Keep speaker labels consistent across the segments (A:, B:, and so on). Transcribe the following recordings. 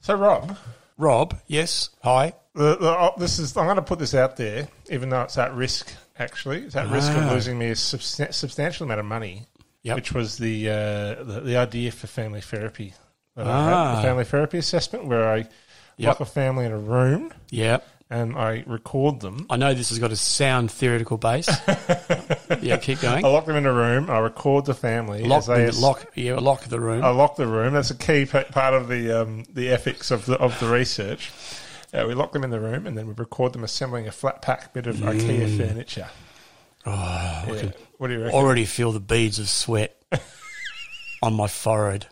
A: So, Rob,
B: Rob, yes. Hi.
A: the, the, oh, this is I'm going to put this out there, even though it's at risk. Actually, it's at risk of
B: Ah.
A: losing me a substan- substantial amount of money,
B: Yep.
A: which was the, uh, the the idea for family therapy. That I had,
B: Ah.
A: the family therapy assessment, where I
B: Yep.
A: lock a family in a room
B: Yeah.
A: and I record them.
B: I know this has got a sound theoretical base. yeah, keep going.
A: I lock them in a room. I record the family.
B: Lock,
A: as they
B: the,
A: ass-
B: lock, yeah, lock the room.
A: I lock the room. That's a key p- part of the um, the ethics of the of the research. Uh, we lock them in the room, and then we record them assembling a flat pack bit of IKEA furniture. Oh, What do you reckon?
B: already feel the beads of sweat on my forehead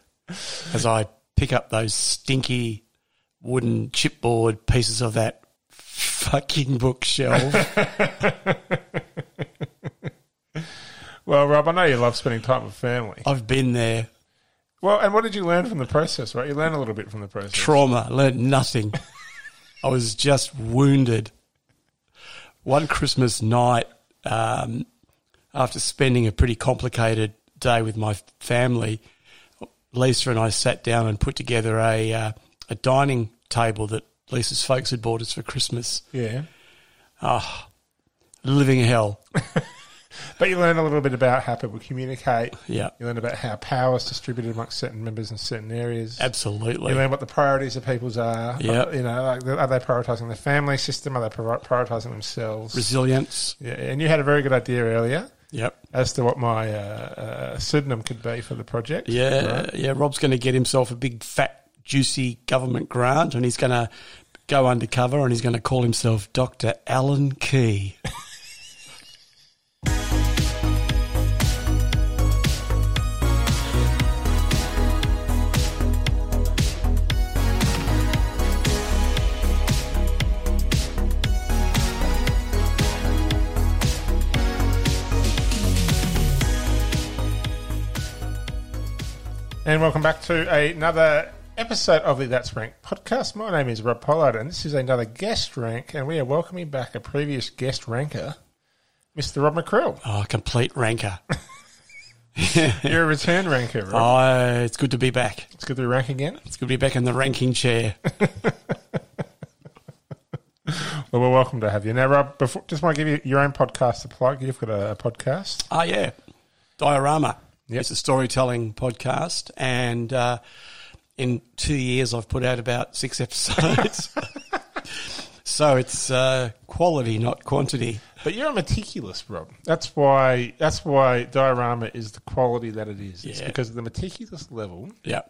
B: as I pick up those stinky wooden chipboard pieces of that fucking bookshelf.
A: Well, Rob, I know you love spending time with family.
B: I've been there.
A: Well, and what did you learn from the process? Right, you learned a little bit from the process.
B: Trauma, learned nothing. I was just wounded. One Christmas night, um, after spending a pretty complicated day with my family, Lisa and I sat down and put together a uh, a dining table that Lisa's folks had bought us for Christmas.
A: yeah,
B: Living hell.
A: but you learn a little bit about how people communicate.
B: Yeah,
A: You learn about how power is distributed amongst certain members in certain areas.
B: absolutely.
A: You learn what the priorities of people's are.
B: Yep.
A: You know, like are they prioritizing the family system? Are they prior- prioritizing themselves?
B: Resilience.
A: Yeah, and you had a very good idea earlier
B: Yep.
A: as to what my uh, uh, pseudonym could be for the project.
B: Yeah,
A: Right?
B: yeah. Rob's going to get himself a big, fat, juicy government grant, and he's going to go undercover, and he's going to call himself Doctor Alan Key.
A: And welcome back to another episode of the That's Rank podcast. My name is Rob Pollard, and this is another guest rank, and we are welcoming back a previous guest ranker, Mr. Rob McCrill.
B: Oh, complete ranker.
A: You're a return ranker, Rob.
B: Oh, it's good to be back.
A: Let's get through rank again.
B: It's good to be back in the ranking chair.
A: Well, we're welcome to have you. Now, Rob, before, just want to give you your own podcast to plug. You've got a, a podcast.
B: Oh, yeah. Diorama.
A: Yep.
B: It's a storytelling podcast. And uh, in two years, I've put out about six episodes. so it's uh, quality, not quantity.
A: But you're a meticulous, Rob. That's why. That's why diorama is the quality that it is. It's
B: Yeah.
A: because of the meticulous level
B: Yeah.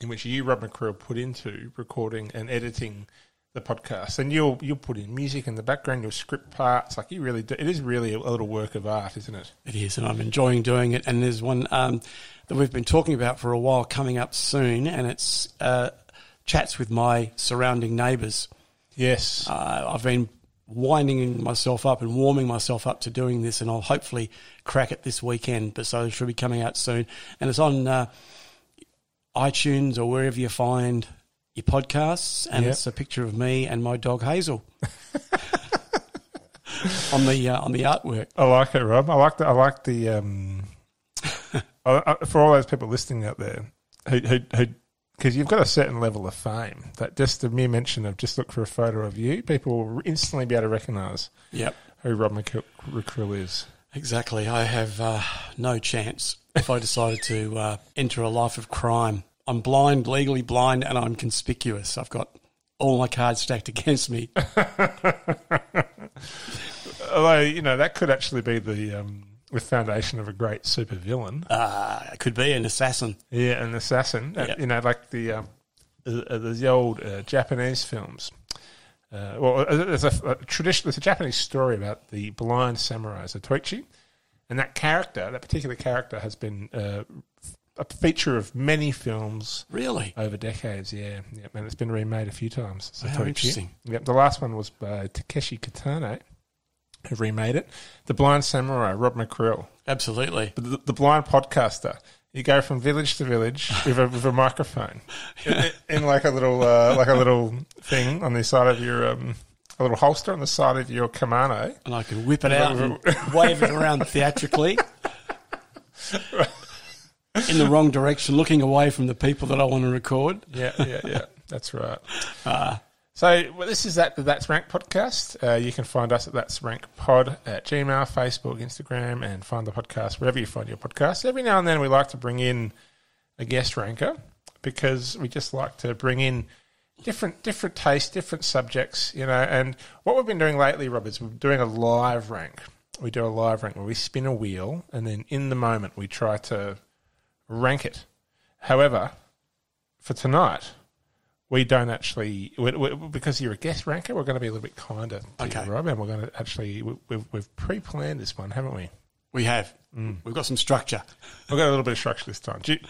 A: in which you, Rob McCrill, put into recording and editing the podcast, and you'll you'll put in music in the background, you'll script parts. Like you really, do, it is really a little work of art, isn't it?
B: It is, and I'm enjoying doing it. And there's one um, that we've been talking about for a while coming up soon, and it's uh, chats with my surrounding neighbours.
A: Yes.
B: Uh, I've been winding myself up and warming myself up to doing this, and I'll hopefully crack it this weekend. But so it should be coming out soon, and it's on uh, iTunes or wherever you find your podcasts. And
A: Yep.
B: it's a picture of me and my dog Hazel on the uh, on the artwork.
A: I like it, Rob. I like the. I like the. Um, I, I, for all those people listening out there, who who who, because you've got a certain level of fame that just the mere mention of just look for a photo of you, people will instantly be able to recognise
B: Yep.
A: who Rob McCrill is.
B: Exactly. I have uh, no chance if I decided to uh, enter a life of crime. I'm blind, legally blind, and I'm conspicuous. I've got all my cards stacked against me.
A: Although you know that could actually be the um, the foundation of a great supervillain.
B: Uh, I could be an assassin.
A: yeah, an assassin. Uh,
B: Yeah.
A: You know, like the um, uh, uh, the old uh, Japanese films. Uh, well, uh, there's a, a tradition. There's a Japanese story about the blind samurai Zatoichi, and that character, that particular character, has been uh, a feature of many films
B: Really?
A: over decades. Yeah, yeah, and it's been remade a few times.
B: How
A: Satoichi.
B: interesting.
A: Yep, the last one was by Takeshi Kitano, who remade it. The Blind Samurai, Rob McCrill,
B: Absolutely.
A: the, the, the blind podcaster. You go from village to village with a, with a microphone in, in like a little uh, like a little thing on the side of your um, a little holster on the side of your kimono.
B: And I could whip it out and wave it around theatrically in the wrong direction, looking away from the people that I want to record.
A: Yeah, yeah, yeah. that's right. so well, this is that the That's Rank podcast. Uh, you can find us at That's Rank Pod at Gmail, Facebook, Instagram, and find the podcast wherever you find your podcast. Every now and then we like to bring in a guest ranker because we just like to bring in different different tastes, different subjects, you know. And what we've been doing lately, Rob, is we're doing a live rank. We do a live rank where we spin a wheel and then in the moment we try to rank it. However, for tonight, we don't actually we, we, because you're a guest ranker. We're going to be a little bit kinder, to
B: Okay.
A: you, Rob, and we're going to actually we, we've, we've pre-planned this one, haven't we?
B: We have. We've got some structure.
A: We've got a little bit of structure this time. Do you, do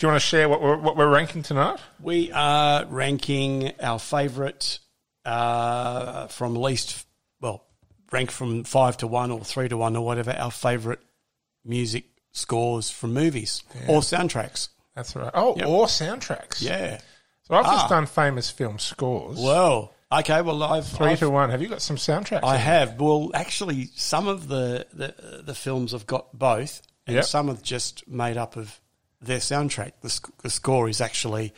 A: you want to share what we're, what we're ranking tonight?
B: We are ranking our favourite uh, from least, well, rank from five to one or three to one or whatever, our favourite music scores from movies or soundtracks.
A: That's right. Oh, or soundtracks.
B: Yeah. Ah.
A: So I've just done famous film scores.
B: Well, okay. Well, I've,
A: 3
B: I've
A: to one. Have you got some soundtracks?
B: I have. Well, actually, some of the the, the films have got both, and
A: Yep.
B: some are just made up of their soundtrack. The, sc- the score is actually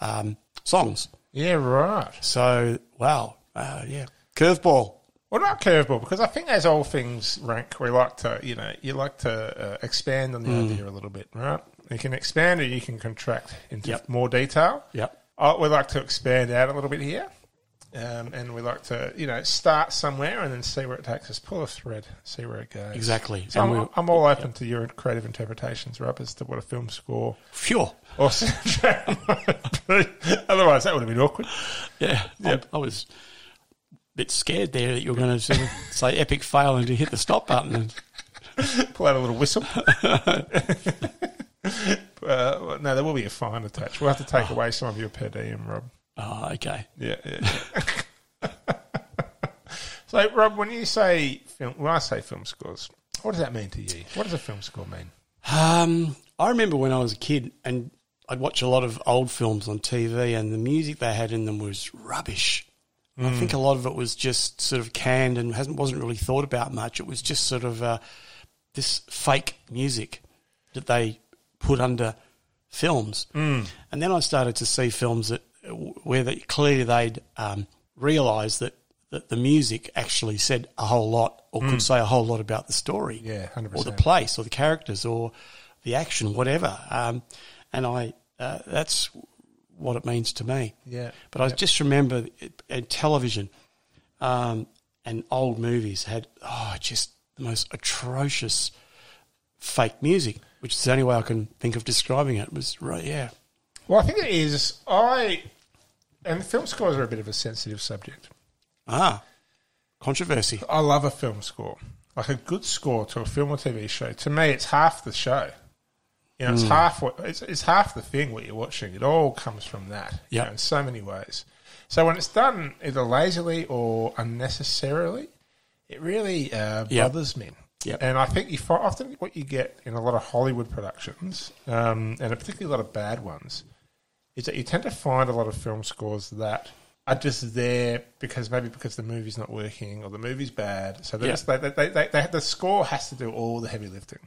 B: um, songs.
A: yeah, right.
B: So, wow, uh, yeah, curveball.
A: What about curveball? Because I think, as all things rank, we like to, you know, you like to uh, expand on the
B: Hmm.
A: idea a little bit, right? You can expand or you can contract into
B: Yep.
A: more detail.
B: Yep.
A: I, we like to expand out a little bit here, um, and we like to, you know, start somewhere and then see where it takes us. Pull a thread, see where it goes.
B: Exactly.
A: So
B: And
A: I'm,
B: we-
A: I'm all open to your creative interpretations, Rob, as to what a film score
B: Phew.
A: or soundtrack might be. Otherwise, that would have been awkward.
B: Yeah.
A: Yep.
B: I, I was a bit scared there that you were going to sort of say epic fail and to hit the stop button. And,
A: Pull out a little whistle. uh, no, there will be a fine attached. We'll have to take away some of your per diem, Rob.
B: oh, okay.
A: Yeah. yeah. so, Rob, when you say film, when I say film scores, what does that mean to you? What does a film score mean?
B: Um, I remember when I was a kid and I'd watch a lot of old films on TV and the music they had in them was rubbish. I think a lot of it was just sort of canned and hasn't wasn't really thought about much. It was just sort of uh, this fake music that they put under films. Mm. And then I started to see films that where that clearly they'd um, realise that, that the music actually said a whole lot or could say a whole lot about the story
A: Yeah, hundred
B: or the
A: percent.
B: place or the characters or the action, whatever. Um, and I, uh, that's what it means to me.
A: Yeah.
B: But I just remember it, and television um, and old movies had oh, just the most atrocious fake music, which is the only way I can think of describing it. It was right, yeah,
A: Well, I think it is. I and film scores are a bit of a sensitive subject.
B: ah, controversy.
A: I love a film score. Like a good score to a film or TV show. To me, it's half the show. You
B: Hmm.
A: know, it's half what it's, it's half the thing what you're watching. It all comes from that. you
B: Yep.
A: know, in so many ways. So when it's done either lazily or unnecessarily, it really uh,
B: Yep.
A: bothers me.
B: Yep.
A: And I think you find, often what you get in a lot of Hollywood productions, um, and particularly a lot of bad ones, is that you tend to find a lot of film scores that are just there because maybe because the movie's not working or the movie's bad. So they
B: Yeah.
A: just, they, they, they, they, the score has to do all the heavy lifting.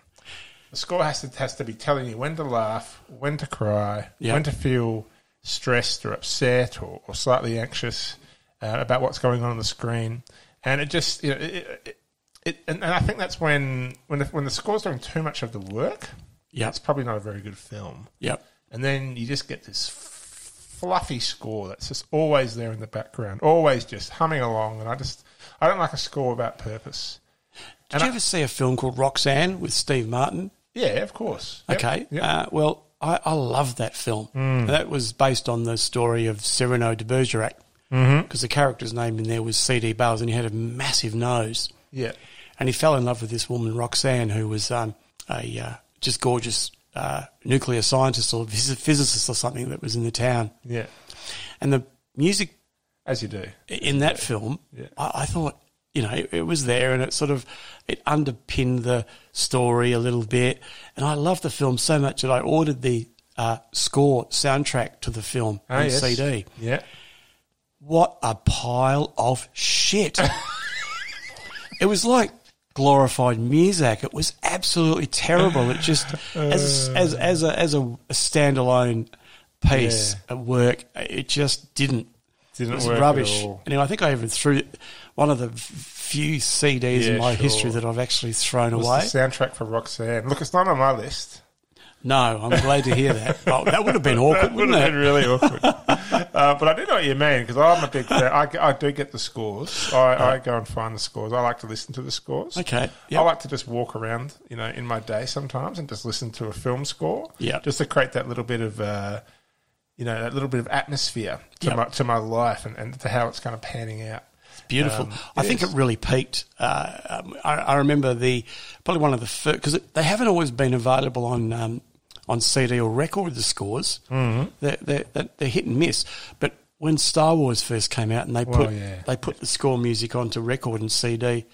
A: The score has to has to be telling you when to laugh, when to cry,
B: Yeah.
A: when to feel stressed or upset or, or slightly anxious uh, about what's going on on the screen. And it just you know, it, it, it, and, and I think that's when when the, when the score's doing too much of the work.
B: Yeah.
A: it's probably not a very good film.
B: Yep.
A: And then you just get this f- fluffy score that's just always there in the background, always just humming along. And I just, I don't like a score without purpose.
B: Did you ever see a film called Roxanne with Steve Martin?
A: Yeah, of course. Yep,
B: Okay.
A: yep. Mm.
B: Uh, well, I, I love that film. That was based on the story of Cyrano de Bergerac
A: Mm-hmm.
B: because the character's name in there was C.D. Bales and he had a massive nose.
A: Yeah.
B: And he fell in love with this woman, Roxanne, who was um, a uh, just gorgeous uh, nuclear scientist or phys- physicist or something that was in the town.
A: Yeah.
B: And the music
A: As you do.
B: in that film,
A: Yeah.
B: I, I thought, you know, it, it was there and it sort of it underpinned the story a little bit. And I loved the film so much that I ordered the uh, score soundtrack to the film
A: Ah,
B: on
A: yes.
B: CD.
A: Yeah.
B: What a pile of shit! it was like glorified music. It was absolutely terrible. It just as as as a, as a, standalone piece
A: Yeah.
B: at work. It just didn't.
A: Didn't
B: It was
A: work at
B: rubbish.
A: all.
B: Anyway, I think I even threw one of the f- few CDs
A: Yeah,
B: in my
A: sure.
B: history that I've actually thrown
A: Was
B: away.
A: the soundtrack for Roxanne. Look, it's not on my list.
B: No, I'm glad to hear that. Oh, that would have been awkward,
A: Would
B: wouldn't
A: have
B: it?
A: been really awkward. uh, but I do know what you mean because I'm a big fan. I, I do get the scores. I, I go and find the scores. I like to listen to the scores.
B: Okay.
A: I
B: Yep.
A: like to just walk around, you know, in my day sometimes and just listen to a film score.
B: Yeah.
A: Just to create that little bit of, uh, you know, that little bit of atmosphere to,
B: Yep.
A: my, to my life and, and to how it's kind of panning out.
B: Beautiful.
A: Um,
B: I think it
A: yes.
B: really peaked. Uh, um, I, I remember the probably one of the first because they haven't always been available on um, on CD or record. The scores mm-hmm. they're, they're, they're- they're hit and miss. But when Star Wars first came out and they put
A: yeah.
B: they put the score music onto record and CD,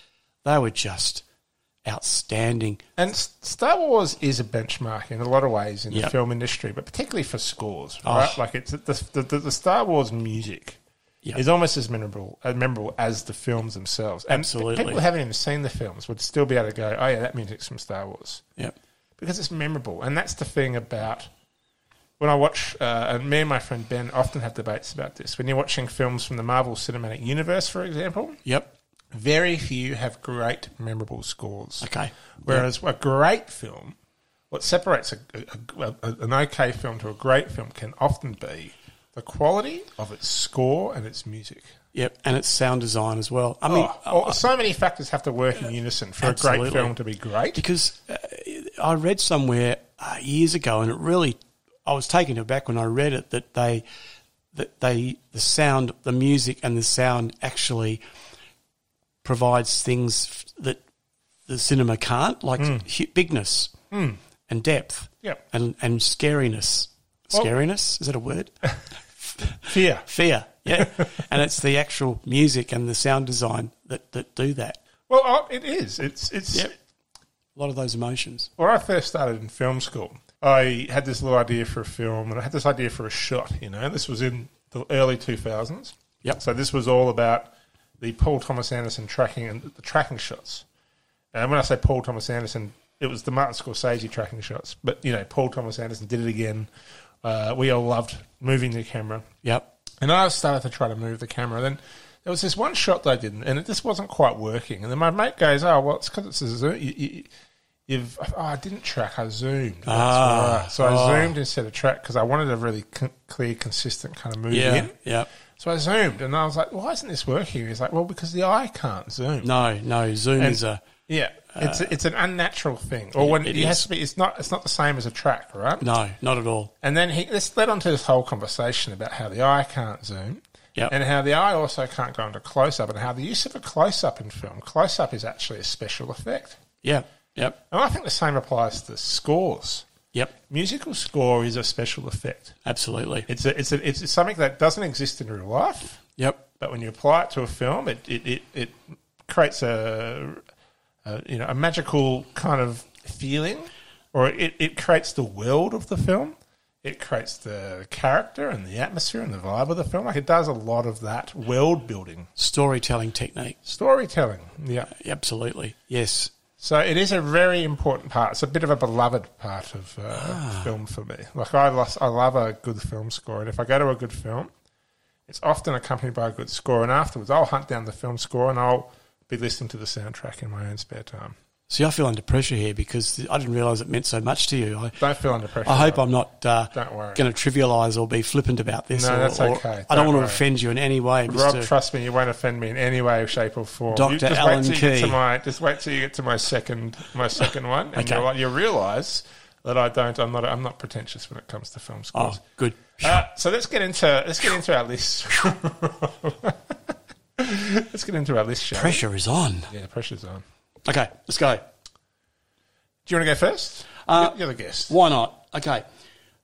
B: they were just outstanding.
A: And S- Star Wars is a benchmark in a lot of ways in
B: Yep.
A: the film industry, but particularly for scores,
B: Oh.
A: right? Like it's the, the, the, the Star Wars music
B: Yeah.
A: is almost as memorable, as memorable as the films themselves. And
B: Absolutely.
A: people who haven't even seen the films would still be able to go, "Oh yeah, that music's from Star Wars."
B: Yeah.
A: because it's memorable. And that's the thing about when I watch, uh, and me and my friend Ben often have debates about this. When you're watching films from the Marvel Cinematic Universe, for example,
B: Yep.
A: very few have great, memorable scores.
B: Okay.
A: Whereas a great film, what separates a, a, a- a- an okay film to a great film can often be the quality of its score and its music.
B: Yep. And it's sound design as well. I mean,
A: Oh, oh, so many factors have to work in unison for a
B: Absolutely.
A: great film to be great.
B: because uh, I read somewhere uh, years ago, and it really, I was taken aback when I read it that they, that they, the sound, the music, and the sound actually provides things f- that the cinema can't, like
A: Hmm.
B: hu bigness and depth,
A: Yep.
B: and and scariness.
A: Well-
B: Scariness is that a word?
A: Fear.
B: Fear, yeah. and it's the actual music and the sound design that that do that.
A: Well, oh, it is. It's it's
B: Yep. A lot of those emotions.
A: when I first started in film school, I had this little idea for a film, and I had this idea for a shot. You know, this was in the early two thousands.
B: Yep.
A: So this was all about the Paul Thomas Anderson tracking and the tracking shots. And when I say Paul Thomas Anderson, it was the Martin Scorsese tracking shots. But you know, Paul Thomas Anderson did it again. Uh, we all loved moving the camera.
B: Yep.
A: And I started to try to move the camera. Then there was this one shot that I didn't, and it just wasn't quite working. And then my mate goes, "Oh, well, it's because it's a zoom. You, you, you've oh, I didn't track. I zoomed. That's
B: Ah,
A: right. So I
B: oh.
A: zoomed instead of track because I wanted a really c- clear, consistent kind of move
B: Yeah.
A: in.
B: Yep.
A: So I zoomed, and I was like, "Why isn't this working?" He's like, "Well, because the eye can't zoom.
B: No, no. Zoom is a
A: Yeah, it's it's an unnatural thing. Or when
B: it
A: it, has
B: is.
A: to be, it's not it's not the same as a track, right?
B: no, not at all.
A: And then he, this led on to this whole conversation about how the eye can't zoom.
B: Yep.
A: And how the eye also can't go into close up, and how the use of a close up in film, close up is actually a special effect.
B: Yep, yep,
A: And I think the same applies to scores.
B: yep.
A: Musical score is a special effect.
B: Absolutely.
A: It's a, it's a, it's something that doesn't exist in real life,
B: Yep,
A: but when you apply it to a film, it it, it, it creates a, a you know a magical kind of feeling, or it, it creates the world of the film. It creates the character and the atmosphere and the vibe of the film. Like it does a lot of that world building,
B: storytelling technique.
A: storytelling. Yeah.
B: Absolutely. Yes.
A: So it is a very important part. It's a bit of a beloved part of uh,
B: Ah.
A: film for me. Like I, lo- I love a good film score, and if I go to a good film, it's often accompanied by a good score. And afterwards, I'll hunt down the film score and I'll be listening to the soundtrack in my own spare time.
B: See, I feel under pressure here because I didn't realise it meant so much to you. I,
A: Don't feel under pressure.
B: I hope I'm not uh,
A: Don't worry.
B: going to trivialise or be flippant about this.
A: No,
B: or,
A: that's
B: or-
A: okay.
B: I
A: Don't
B: don't want
A: worry.
B: to offend you in any way,
A: Rob,
B: Mister.
A: trust me, you won't offend me in any way, shape, or form.
B: Dr.
A: You- just
B: Alan
A: wait till You get to
B: Key.
A: my, just wait till you get to my second, my second one, and
B: Okay.
A: you'll, you'll realize that I don't. I'm not. I'm not pretentious when it comes to film scores.
B: oh, good.
A: Uh, so let's get into let's get into our list. let's get into our list, shall we?
B: Pressure is on.
A: Yeah, pressure's on.
B: Okay, let's go.
A: Do you want to go first?
B: Uh,
A: You're the guest.
B: Why not? Okay.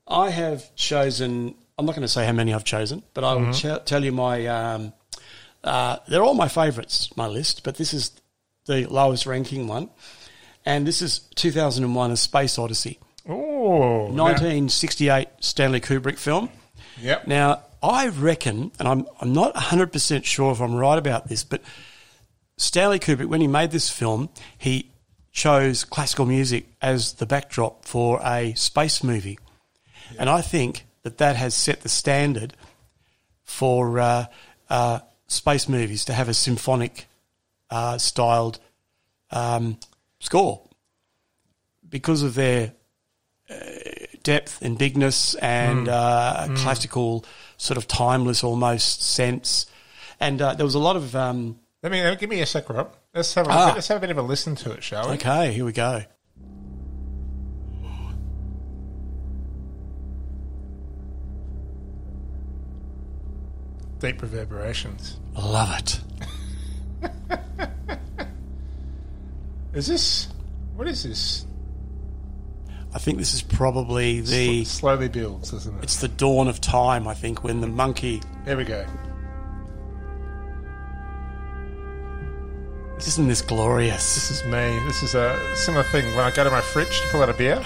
B: I have chosen, I'm not going to say how many I've chosen, but I will ch- tell you my, um, uh, they're all my favourites, my list, but this is the lowest ranking one. And this is 2001 A Space Odyssey,
A: Oh,
B: 1968 Stanley Kubrick film.
A: Yep.
B: Now, I reckon, and I'm, I'm not 100% sure if I'm right about this, but Stanley Kubrick, when he made this film, he chose classical music as the backdrop for a space movie. And I think that that has set the standard for uh, uh, space movies to have a symphonic uh, styled um, score because of their uh, depth and bigness and uh, classical sort of timeless almost sense. And uh, there was a lot of um,
A: Let me give me a sec, Rob. Let's have a,
B: Ah.
A: let's have a bit of a listen to it, shall we?
B: okay, here we go.
A: Deep reverberations.
B: I love it.
A: Is this what is this?
B: I think this is probably the
A: Sl- slowly builds, isn't it?
B: it's the dawn of time. I think when the monkey
A: There we go.
B: isn't this glorious?
A: This is me. This is a similar thing when I go to my fridge to pull out a beer.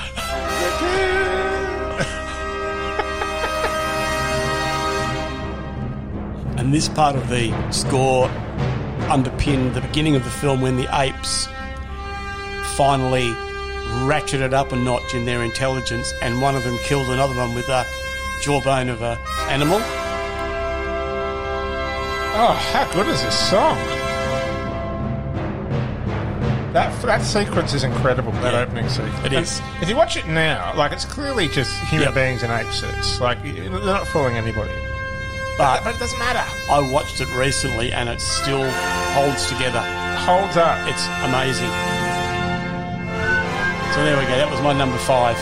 B: And this part of the score underpinned the beginning of the film when the apes finally ratcheted up a notch in their intelligence, and one of them killed another one with a jawbone of a animal.
A: Oh, how good is this song? That that sequence is incredible. That
B: Yeah.
A: opening sequence.
B: It is.
A: If you watch it now, like it's clearly just human
B: Yeah.
A: beings in ape suits. Like y- they're not fooling anybody.
B: But
A: But it doesn't matter.
B: I watched it recently, and it still holds together.
A: Holds up.
B: It's amazing. So there we go. That was my number five.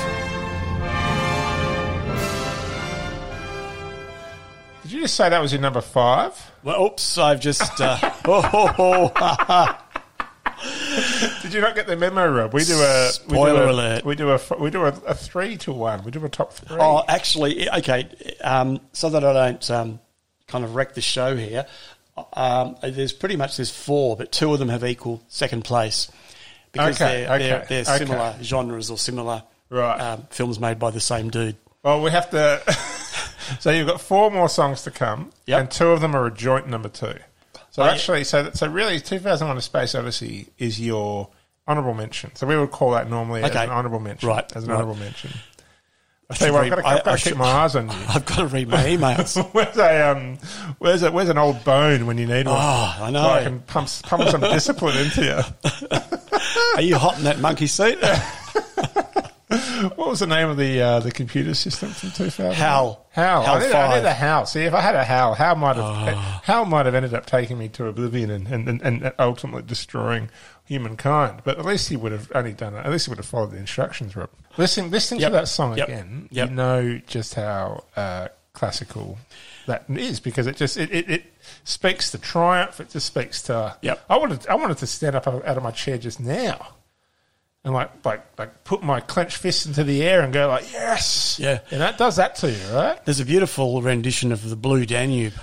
A: Did you just say that was your number five?
B: Well, oops, I've just. Uh, oh, ho, ho, ha.
A: Did you not get the memo, Rob? We do a we
B: Spoiler
A: do a,
B: alert.
A: We do a f- we do a, a three to one. We do a top three.
B: Oh, actually, okay. Um, so that I don't um, kind of wreck the show here, um, there's pretty much there's four, but two of them have equal second place because
A: Okay,
B: they're, they're,
A: okay,
B: they're
A: okay.
B: similar genres or similar
A: Right.
B: um, films made by the same dude.
A: Well, we have to. so you've got four more songs to come,
B: Yep.
A: and two of them are a joint number two. So
B: Oh, yeah.
A: actually, so so really, 2001: A Space Odyssey is your honourable mention. So we would call that normally as
B: Okay.
A: an honourable mention,
B: Right,
A: As an
B: right.
A: honourable mention. I tell you what, I've got to,
B: I-
A: I've got
B: I
A: to keep
B: should-
A: my eyes on you.
B: I've got to read my emails.
A: Where's a um, where's a, where's an old bone when you need one?
B: Oh, I know.
A: So I can pump pump some discipline into you.
B: Are you hot in that monkey suit?
A: What was the name of the uh, the computer system from 2000?
B: Hal.
A: Hal.
B: Hal
A: I, need, I
B: five. Ah.
A: need a Hal. See, if I had a Hal, Hal might have Hal might have ended up taking me to oblivion and, and, and, and ultimately destroying humankind. But at least he would have only done it. At least he would have followed the instructions, Rob. Listen, listening
B: Yep.
A: to that song
B: Yep.
A: again,
B: Yep.
A: you know just how uh, classical that is because it just it, it, it speaks to triumph. It just speaks to.
B: Yep.
A: I wanted I wanted to stand up out of my chair just now and like like like put my clenched fist into the air and go like yes
B: Yeah.
A: and that does that to you right
B: There's a beautiful rendition of the Blue Danube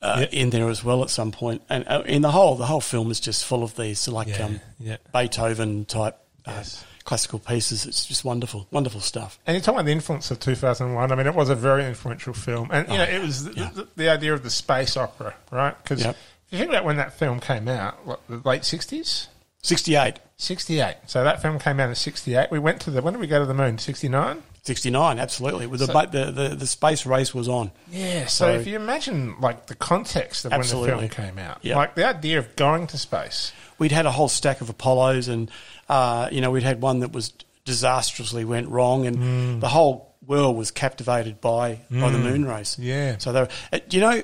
B: uh, in there as well at some point, and uh, in the whole the whole film is just full of these like
A: Yeah,
B: um,
A: yeah.
B: Beethoven type uh,
A: Yes.
B: classical pieces. It's just wonderful, wonderful stuff.
A: and you're talking about the influence of 2001 i mean it was a very influential film and
B: Oh,
A: you know it was the, the, the idea of the space opera right because
B: Yep.
A: if you think about when that film came out what, the late 60s
B: Sixty-eight.
A: 68 so that film came out in 68 we went to the when did we go to the moon 69
B: 69, absolutely. With the, ba- the, the the space race was on.
A: Yeah, so,
B: So-
A: if you imagine like the context of when the
B: Absolutely.
A: film came out,
B: Yeah.
A: like the idea of going to space,
B: We'd had a whole stack of Apollos, and uh, you know we'd had one that was disastrously went wrong, and
A: Mm.
B: the whole world was captivated by by the moon race.
A: Yeah.
B: So they were, uh, do you know,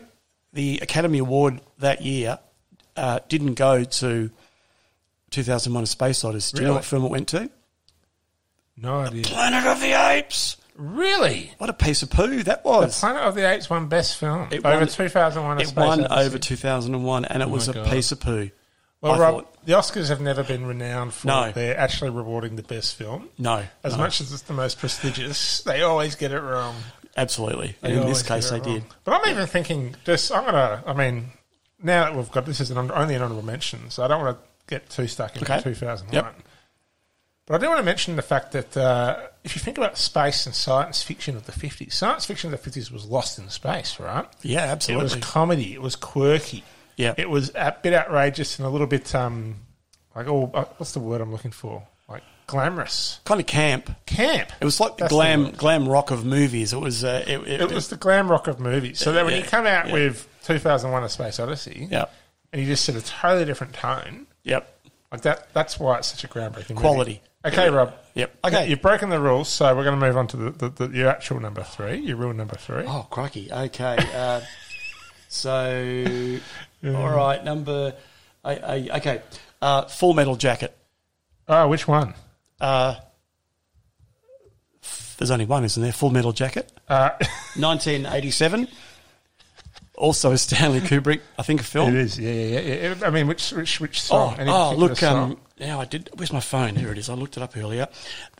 B: the Academy Award that year uh, didn't go to 2001: A Space Odyssey. Do you know
A: Really?
B: what film it went to?
A: no idea.
B: Planet of the Apes.
A: Really,
B: What a piece of poo that was.
A: Planet of the Apes won Best Film
B: It
A: over
B: won-
A: 2001. A
B: It
A: Space
B: won
A: Odyssey. Oh
B: over 2001, and it was a
A: God.
B: piece of poo.
A: Well,
B: I
A: Rob,
B: thought-
A: the Oscars have never been renowned for
B: No.
A: they're actually rewarding the best film.
B: No,
A: As
B: no.
A: much as it's the most prestigious, they always get it wrong.
B: Absolutely.
A: They
B: And in
A: always
B: this
A: get it
B: case, they
A: wrong.
B: did.
A: But I'm even thinking this. I'm gonna. I mean, now that we've got this is an, hon- only an honorable mention, so I don't want to get too stuck into
B: Okay.
A: 2001.
B: Yep.
A: But I do want to mention the fact that uh, if you think about space and science fiction of the 50s, science fiction of the 50s was lost in space, right?
B: Yeah,
A: It was
B: absolutely.
A: comedy. It was quirky.
B: Yeah.
A: It was a bit outrageous and a little bit um like oh uh, what's the word I'm looking for like glamorous
B: kind of camp.
A: camp.
B: It was like the
A: That's the
B: glam glam rock of movies. It was uh, it, it,
A: It was the glam rock of movies. So that when
B: Yeah,
A: you come out
B: yeah.
A: with 2001: A Space Odyssey,
B: Yep,
A: and you just set a totally different tone,
B: yep,
A: like that. That's why it's such a groundbreaking movie.
B: Quality.
A: Okay, Rob.
B: yep.
A: Okay, you've broken the rules, so we're going to move on to the, the, the, your actual number three, your real number three.
B: Oh crikey! Okay, uh, so all right, number. I, I, okay, uh, Full Metal Jacket.
A: Oh, which one?
B: Uh, there's only one, isn't there? Full Metal Jacket,
A: Uh,
B: 1987. Also a Stanley Kubrick, I think, a
A: it
B: film.
A: is. Yeah, yeah, yeah. I mean, which which which
B: Oh,
A: song? Any
B: oh,
A: particular
B: look!
A: song?
B: Um, now I did. Where's my phone? Here it is. I looked it up earlier.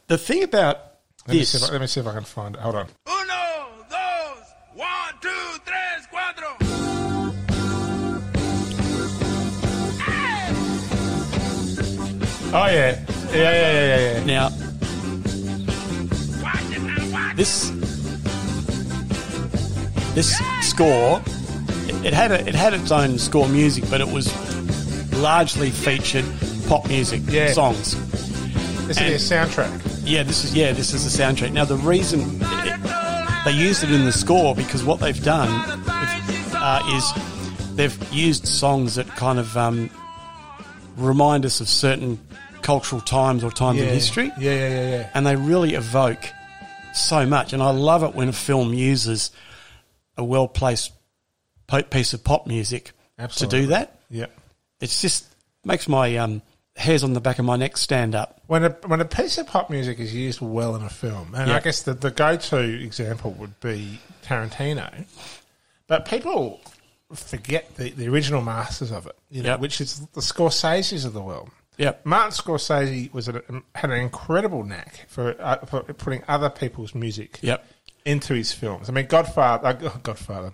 B: The thing about
A: let me,
B: this,
A: see if I, let me see if I can find it. Hold on.
C: Uno, dos, one, two, tres, cuatro.
A: Oh yeah, yeah, yeah, yeah, yeah. yeah.
B: now
C: Watch it now, watch it.
B: this this score it, it had a, it had its own score music but it was largely featured pop music
A: Yeah.
B: songs
A: This is their soundtrack.
B: yeah this is yeah this is the soundtrack now the reason it- they used it in the score because what they've done with- uh, is they've used songs that kind of um, remind us of certain cultural times or times in history
A: Yeah, yeah, yeah, yeah.
B: and they really evoke so much. And I love it when a film uses a well placed po- piece of pop music to
A: Absolutely.
B: do that.
A: Yeah.
B: It's just makes my um, hairs on the back of my neck stand up.
A: When a when a piece of pop music is used well in a film, and
B: Yeah.
A: I guess the, the go to example would be Tarantino, but people forget the, the original masters of it, you know,
B: Yep.
A: which is the Scorsese's of the world.
B: Yep.
A: Martin Scorsese was a, had an incredible knack for, uh, for putting other people's music
B: Yep.
A: into his films. I mean, Godfather, uh, Godfather,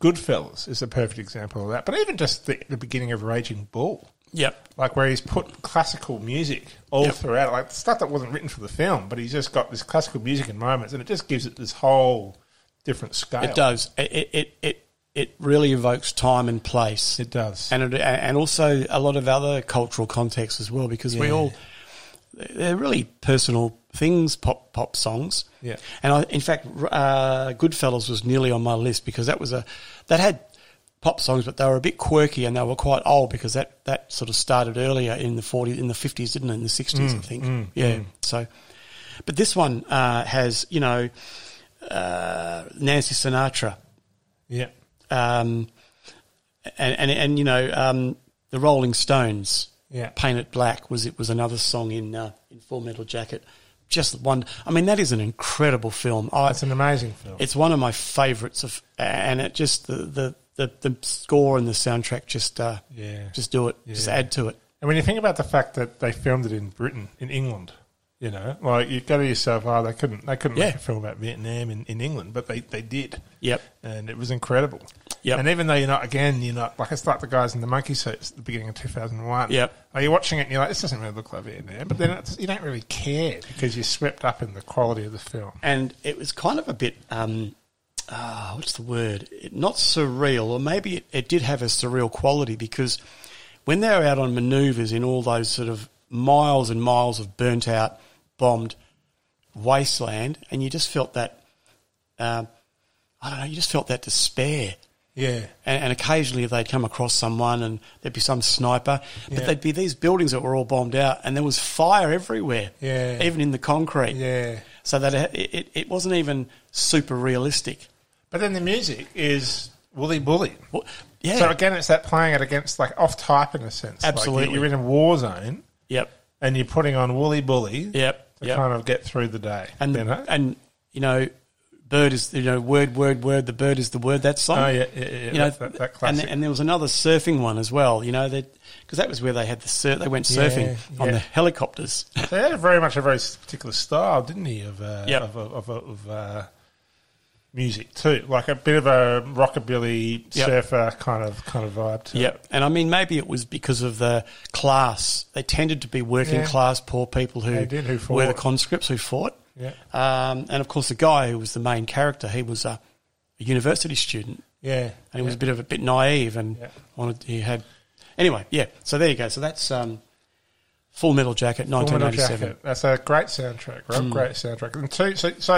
A: Goodfellas is a perfect example of that. But even just the, the beginning of Raging Bull,
B: Yep.
A: like where he's put classical music all
B: Yep.
A: throughout, like stuff that wasn't written for the film, but he's just got this classical music in moments, and it just gives it this whole different scale.
B: It does. It, it, it, it, it really evokes time and place.
A: It does.
B: and it, and also a lot of other cultural contexts as well because we
A: Yeah.
B: all they're really personal things pop pop songs
A: Yeah.
B: and I, in fact r- uh, Goodfellas was nearly on my list because that was a that had pop songs but they were a bit quirky and they were quite old because that that sort of started earlier in the 40s in the 50s didn't it in the 60s I think yeah so but this one uh, has you know uh, Nancy Sinatra
A: yeah.
B: um, and, and and you know um, the Rolling Stones,
A: Yeah.
B: "Paint It Black" was it was another song in uh, in Full Metal Jacket. Just one. I mean, that is an incredible film. I,
A: It's an amazing film.
B: it's one of my favourites of, and it just the the, the, the score and the soundtrack just uh,
A: Yeah.
B: just do it, just
A: Yeah.
B: add to it.
A: And when you think about the fact that they filmed it in Britain, in England, you know, like you go to yourself, oh, they couldn't, they couldn't
B: Yeah.
A: make a film about Vietnam in, in England, but they, they did.
B: Yep.
A: And it was incredible.
B: Yep.
A: And even though you're not, again, you're not, like it's like the guys in the monkey suits at the beginning of 2001.
B: Yep.
A: Like you're watching it and you're like, this doesn't really look like Vietnam, but then it's, you don't really care because you're swept up in the quality of the film.
B: and it was kind of a bit um, ah, what's the word? It, not surreal, or maybe it, it did have a surreal quality because when they were out on manoeuvres in all those sort of miles and miles of burnt out, bombed wasteland, and you just felt that um, I don't know, you just felt that despair.
A: Yeah.
B: And, and occasionally they'd come across someone, and there'd be some sniper, but
A: Yeah.
B: there'd be these buildings that were all bombed out, and there was fire everywhere,
A: Yeah.
B: even in the concrete
A: Yeah.
B: so that it, it, it wasn't even super realistic.
A: But then the music is Woolly Bully.
B: Well, yeah.
A: So again, it's that playing it against like off type in a sense. Like,
B: Absolutely.
A: you're in a war zone.
B: yep.
A: and you're putting on woolly bully
B: Yep.
A: to
B: Yep.
A: kind of get through the day.
B: And
A: you know?
B: the, and you know, bird is you know word word word. The bird is the word. That song.
A: oh yeah, yeah, yeah, yeah,
B: You know,
A: that, that, that classic.
B: and and there was another surfing one as well. You know that because that was where they had the sur- they went surfing
A: Yeah,
B: on
A: yeah.
B: the helicopters.
A: so he had very much a very particular style, didn't he? Of uh,
B: Yep.
A: of of, of, of uh, music too, like a bit of a rockabilly
B: Yep.
A: surfer kind of kind of vibe to it.
B: Yep. And I mean, maybe it was because of the class. They tended to be working
A: Yeah.
B: class poor people who,
A: They did, who
B: were the
A: fought.
B: conscripts who fought.
A: Yeah.
B: Um, and of course, the guy who was the main character, he was a, a university student.
A: Yeah,
B: and he was a bit of a bit naive and
A: Yeah.
B: wanted he had anyway yeah so there you go so that's um Full Metal Jacket,
A: Full Metal
B: 1987.
A: Jacket. That's a great soundtrack.
B: Mm.
A: Right? Great soundtrack. And two, so, so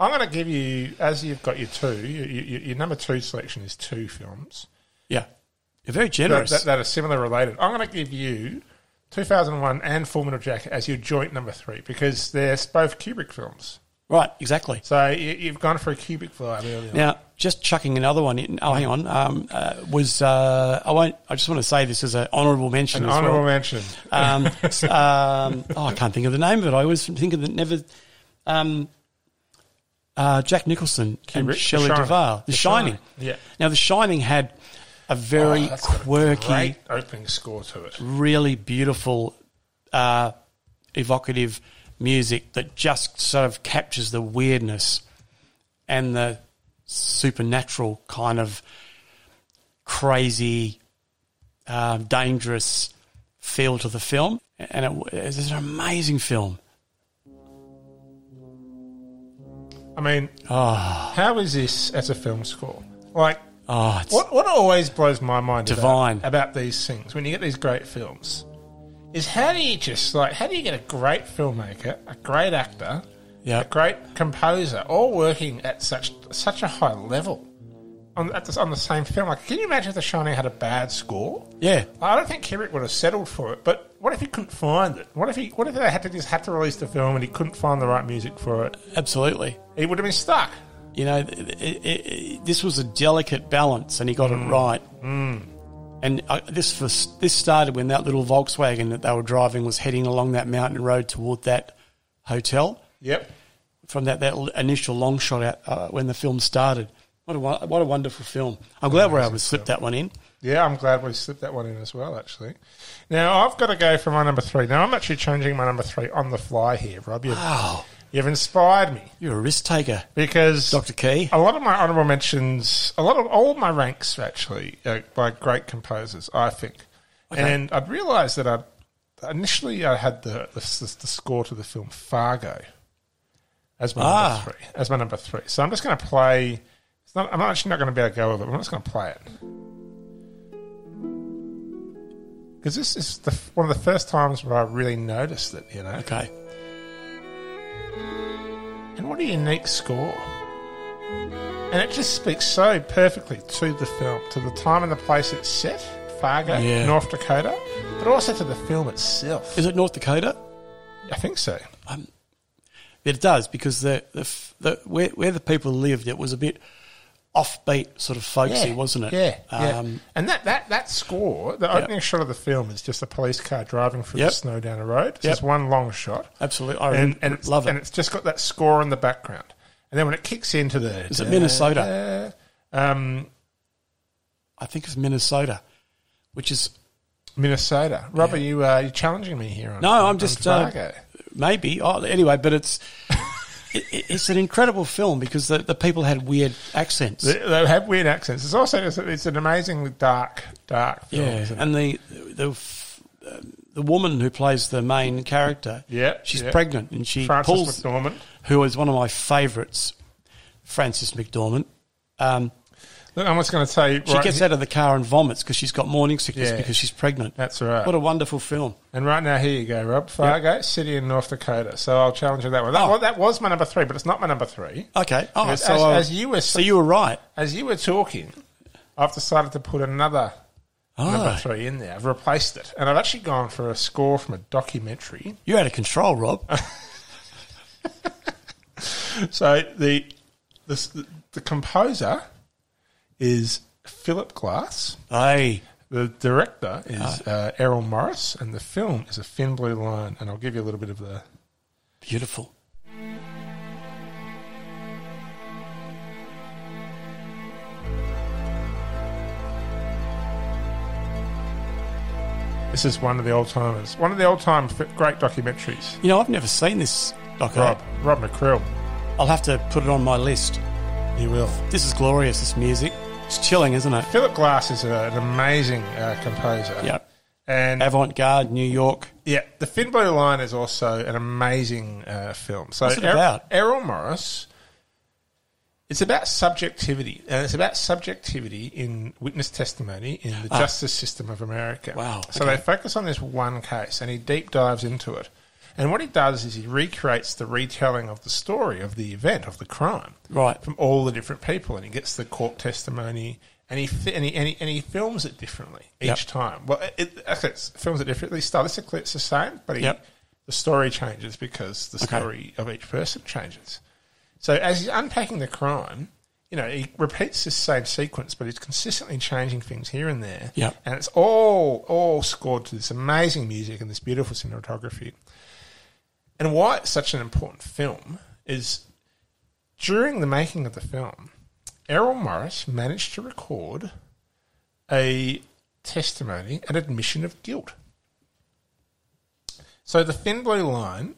A: I'm going to give you, as you've got your two, you, you, your number two selection is two films
B: Yeah, you're very
A: that,
B: generous.
A: that, that are similar related. I'm going to give you 2001 and Full Metal Jacket as your joint number three because they're both Kubrick films.
B: right, exactly.
A: So you, you've gone for a Kubrick vibe early on.
B: Now, just chucking another one in. Oh, hang on. Um, uh, was uh, I won't. I just want to say this as an honourable mention. as
A: Honorable
B: well.
A: mention.
B: um, s- um, oh, I can't think of the name of it. I always think of the never. Um, uh, Jack Nicholson and
A: Kubrick, The
B: Shelley
A: Shining.
B: Duvall. The,
A: The
B: Shining.
A: Shining, yeah.
B: Now, The Shining had a very
A: Oh, that's got a
B: quirky,
A: great opening score to it.
B: really beautiful, uh, evocative music that just sort of captures the weirdness and the supernatural kind of crazy, uh, dangerous feel to the film. And it, it's an amazing film.
A: I mean,
B: Ah.
A: how is this as a film score? Like,
B: Oh, it's,
A: what, what always blows my mind about-
B: Divine.
A: About, these things when you get these great films is how do you just like how do you get a great filmmaker, a great actor,
B: yeah.
A: a great composer, all working at such such a high level on at this, on the same film? Like, can you imagine if The Shining had a bad score?
B: Yeah.
A: I don't think Kubrick would have settled for it, but what if he couldn't find it? What if he? What if they had to just had to release the film and he couldn't find the right music for it?
B: Absolutely.
A: He would have been stuck.
B: you know, th- it, it, it, this was a delicate balance, and he got it right. Mm. And uh, this for, this started when that little Volkswagen that they were driving was heading along that mountain road toward that hotel.
A: Yep.
B: From that that l- initial long shot out uh, when the film started, what a won- what a wonderful film! I'm glad we're able to slip that one in.
A: Yeah, I'm glad we slipped that one in as well, actually. Now, I've got to go for my number three. Now, I'm actually changing my number three on the fly here, Rob. You've,
B: Wow,
A: you've inspired me
B: Oh, you're a risk taker,
A: because
B: Doctor Key.
A: a lot of my honorable mentions, a lot of all my ranks actually, are by great composers, I think. And I'd realised that I initially I had the, the the score to the film Fargo as my
B: Ah.
A: number three, as my number three. So I'm just going to play. It's not, I'm actually not going to be able to go with it. But I'm just going to play it because this is the, f- one of the first times where I really noticed it. You know,
B: Okay,
A: and what a unique score. And it just speaks so perfectly to the film, to the time and the place it's set, Fargo,
B: Yeah.
A: North Dakota, but also to the film itself.
B: is it North Dakota?
A: I think so.
B: Um, It does because the the, f- the where, where the people lived, it was a bit offbeat, sort of folksy, wasn't it?
A: Yeah.
B: Um,
A: yeah. And that, that, that score, the opening shot of the film is just a police car driving through
B: Yep.
A: the snow down a road. It's
B: Yep.
A: just one long shot.
B: Absolutely, I
A: And,
B: and,
A: and it's,
B: love it.
A: And it's just got that score in the background. And then when it kicks into the.
B: Is it Minnesota?
A: Um,
B: I think it's Minnesota, which is
A: Minnesota. Robert, you, uh, you're challenging me here on
B: no.
A: on
B: I'm just
A: Fargo.
B: uh, maybe. Oh, anyway, but it's it, it's an incredible film because the, the people had weird accents.
A: They, they have weird accents. It's also it's, it's an amazingly dark, dark film.
B: yeah,
A: isn't it?
B: and the the f- um, the woman who plays the main character,
A: Yeah,
B: she's
A: yeah.
B: pregnant and she
A: Francis
B: pulls
A: McDormand.
B: who is one of my favourites, Frances McDormand. Um,
A: Look, I'm just going to tell you.
B: she
A: right
B: gets
A: here-
B: out of the car and vomits because she's got morning sickness
A: Yeah.
B: because she's pregnant.
A: That's right.
B: What a wonderful film.
A: and right now, here you go, Rob. Fargo, City in North Dakota. So I'll challenge you that one. That,
B: Oh.
A: well, that was my number three, but it's not my number three.
B: Okay. Oh,
A: As-
B: so,
A: as-
B: I-
A: as you were-
B: so you were right.
A: As you were talking, I've decided to put another number
B: Oh.
A: three in there. I've replaced it. And I've actually gone for a score from a documentary.
B: You're out of control, Rob.
A: So the, the, the composer is Philip Glass.
B: hey,
A: The director is uh, Errol Morris, and the film is A Thin Blue Line. And I'll give you a little bit of the.
B: beautiful.
A: This is one of the old timers, one of the old time f- great documentaries.
B: You know, I've never seen this doco.
A: Rob, Rob McCrill.
B: I'll have to put it on my list.
A: You will.
B: This is glorious, this music. It's chilling, isn't it?
A: Philip Glass is a, an amazing uh, composer.
B: Yeah.
A: And
B: Avant garde, New York.
A: yeah, The Thin Blue Line is also an amazing uh, film. So
B: What's it
A: Er-
B: about?
A: Errol Morris It's about subjectivity, and it's about subjectivity in witness testimony in the justice system of America.
B: Ah. Wow,
A: So they focus on this one case, and he deep dives into it. And what he does is he recreates the retelling of the story of the event of the crime,
B: Right.
A: from all the different people, and he gets the court testimony, and he fi- and he, and he, and he films it differently each
B: Yep.
A: time. Well, it, it actually, it's, films it differently. Stylistically, it's the same, but he,
B: Yep.
A: the story changes because the
B: Okay.
A: story of each person changes. So as he's unpacking the crime, you know, he repeats this same sequence, but he's consistently changing things here and there.
B: Yep.
A: And it's all all scored to this amazing music and this beautiful cinematography. And why it's such an important film is during the making of the film, Errol Morris managed to record a testimony, an admission of guilt. So the thin blue line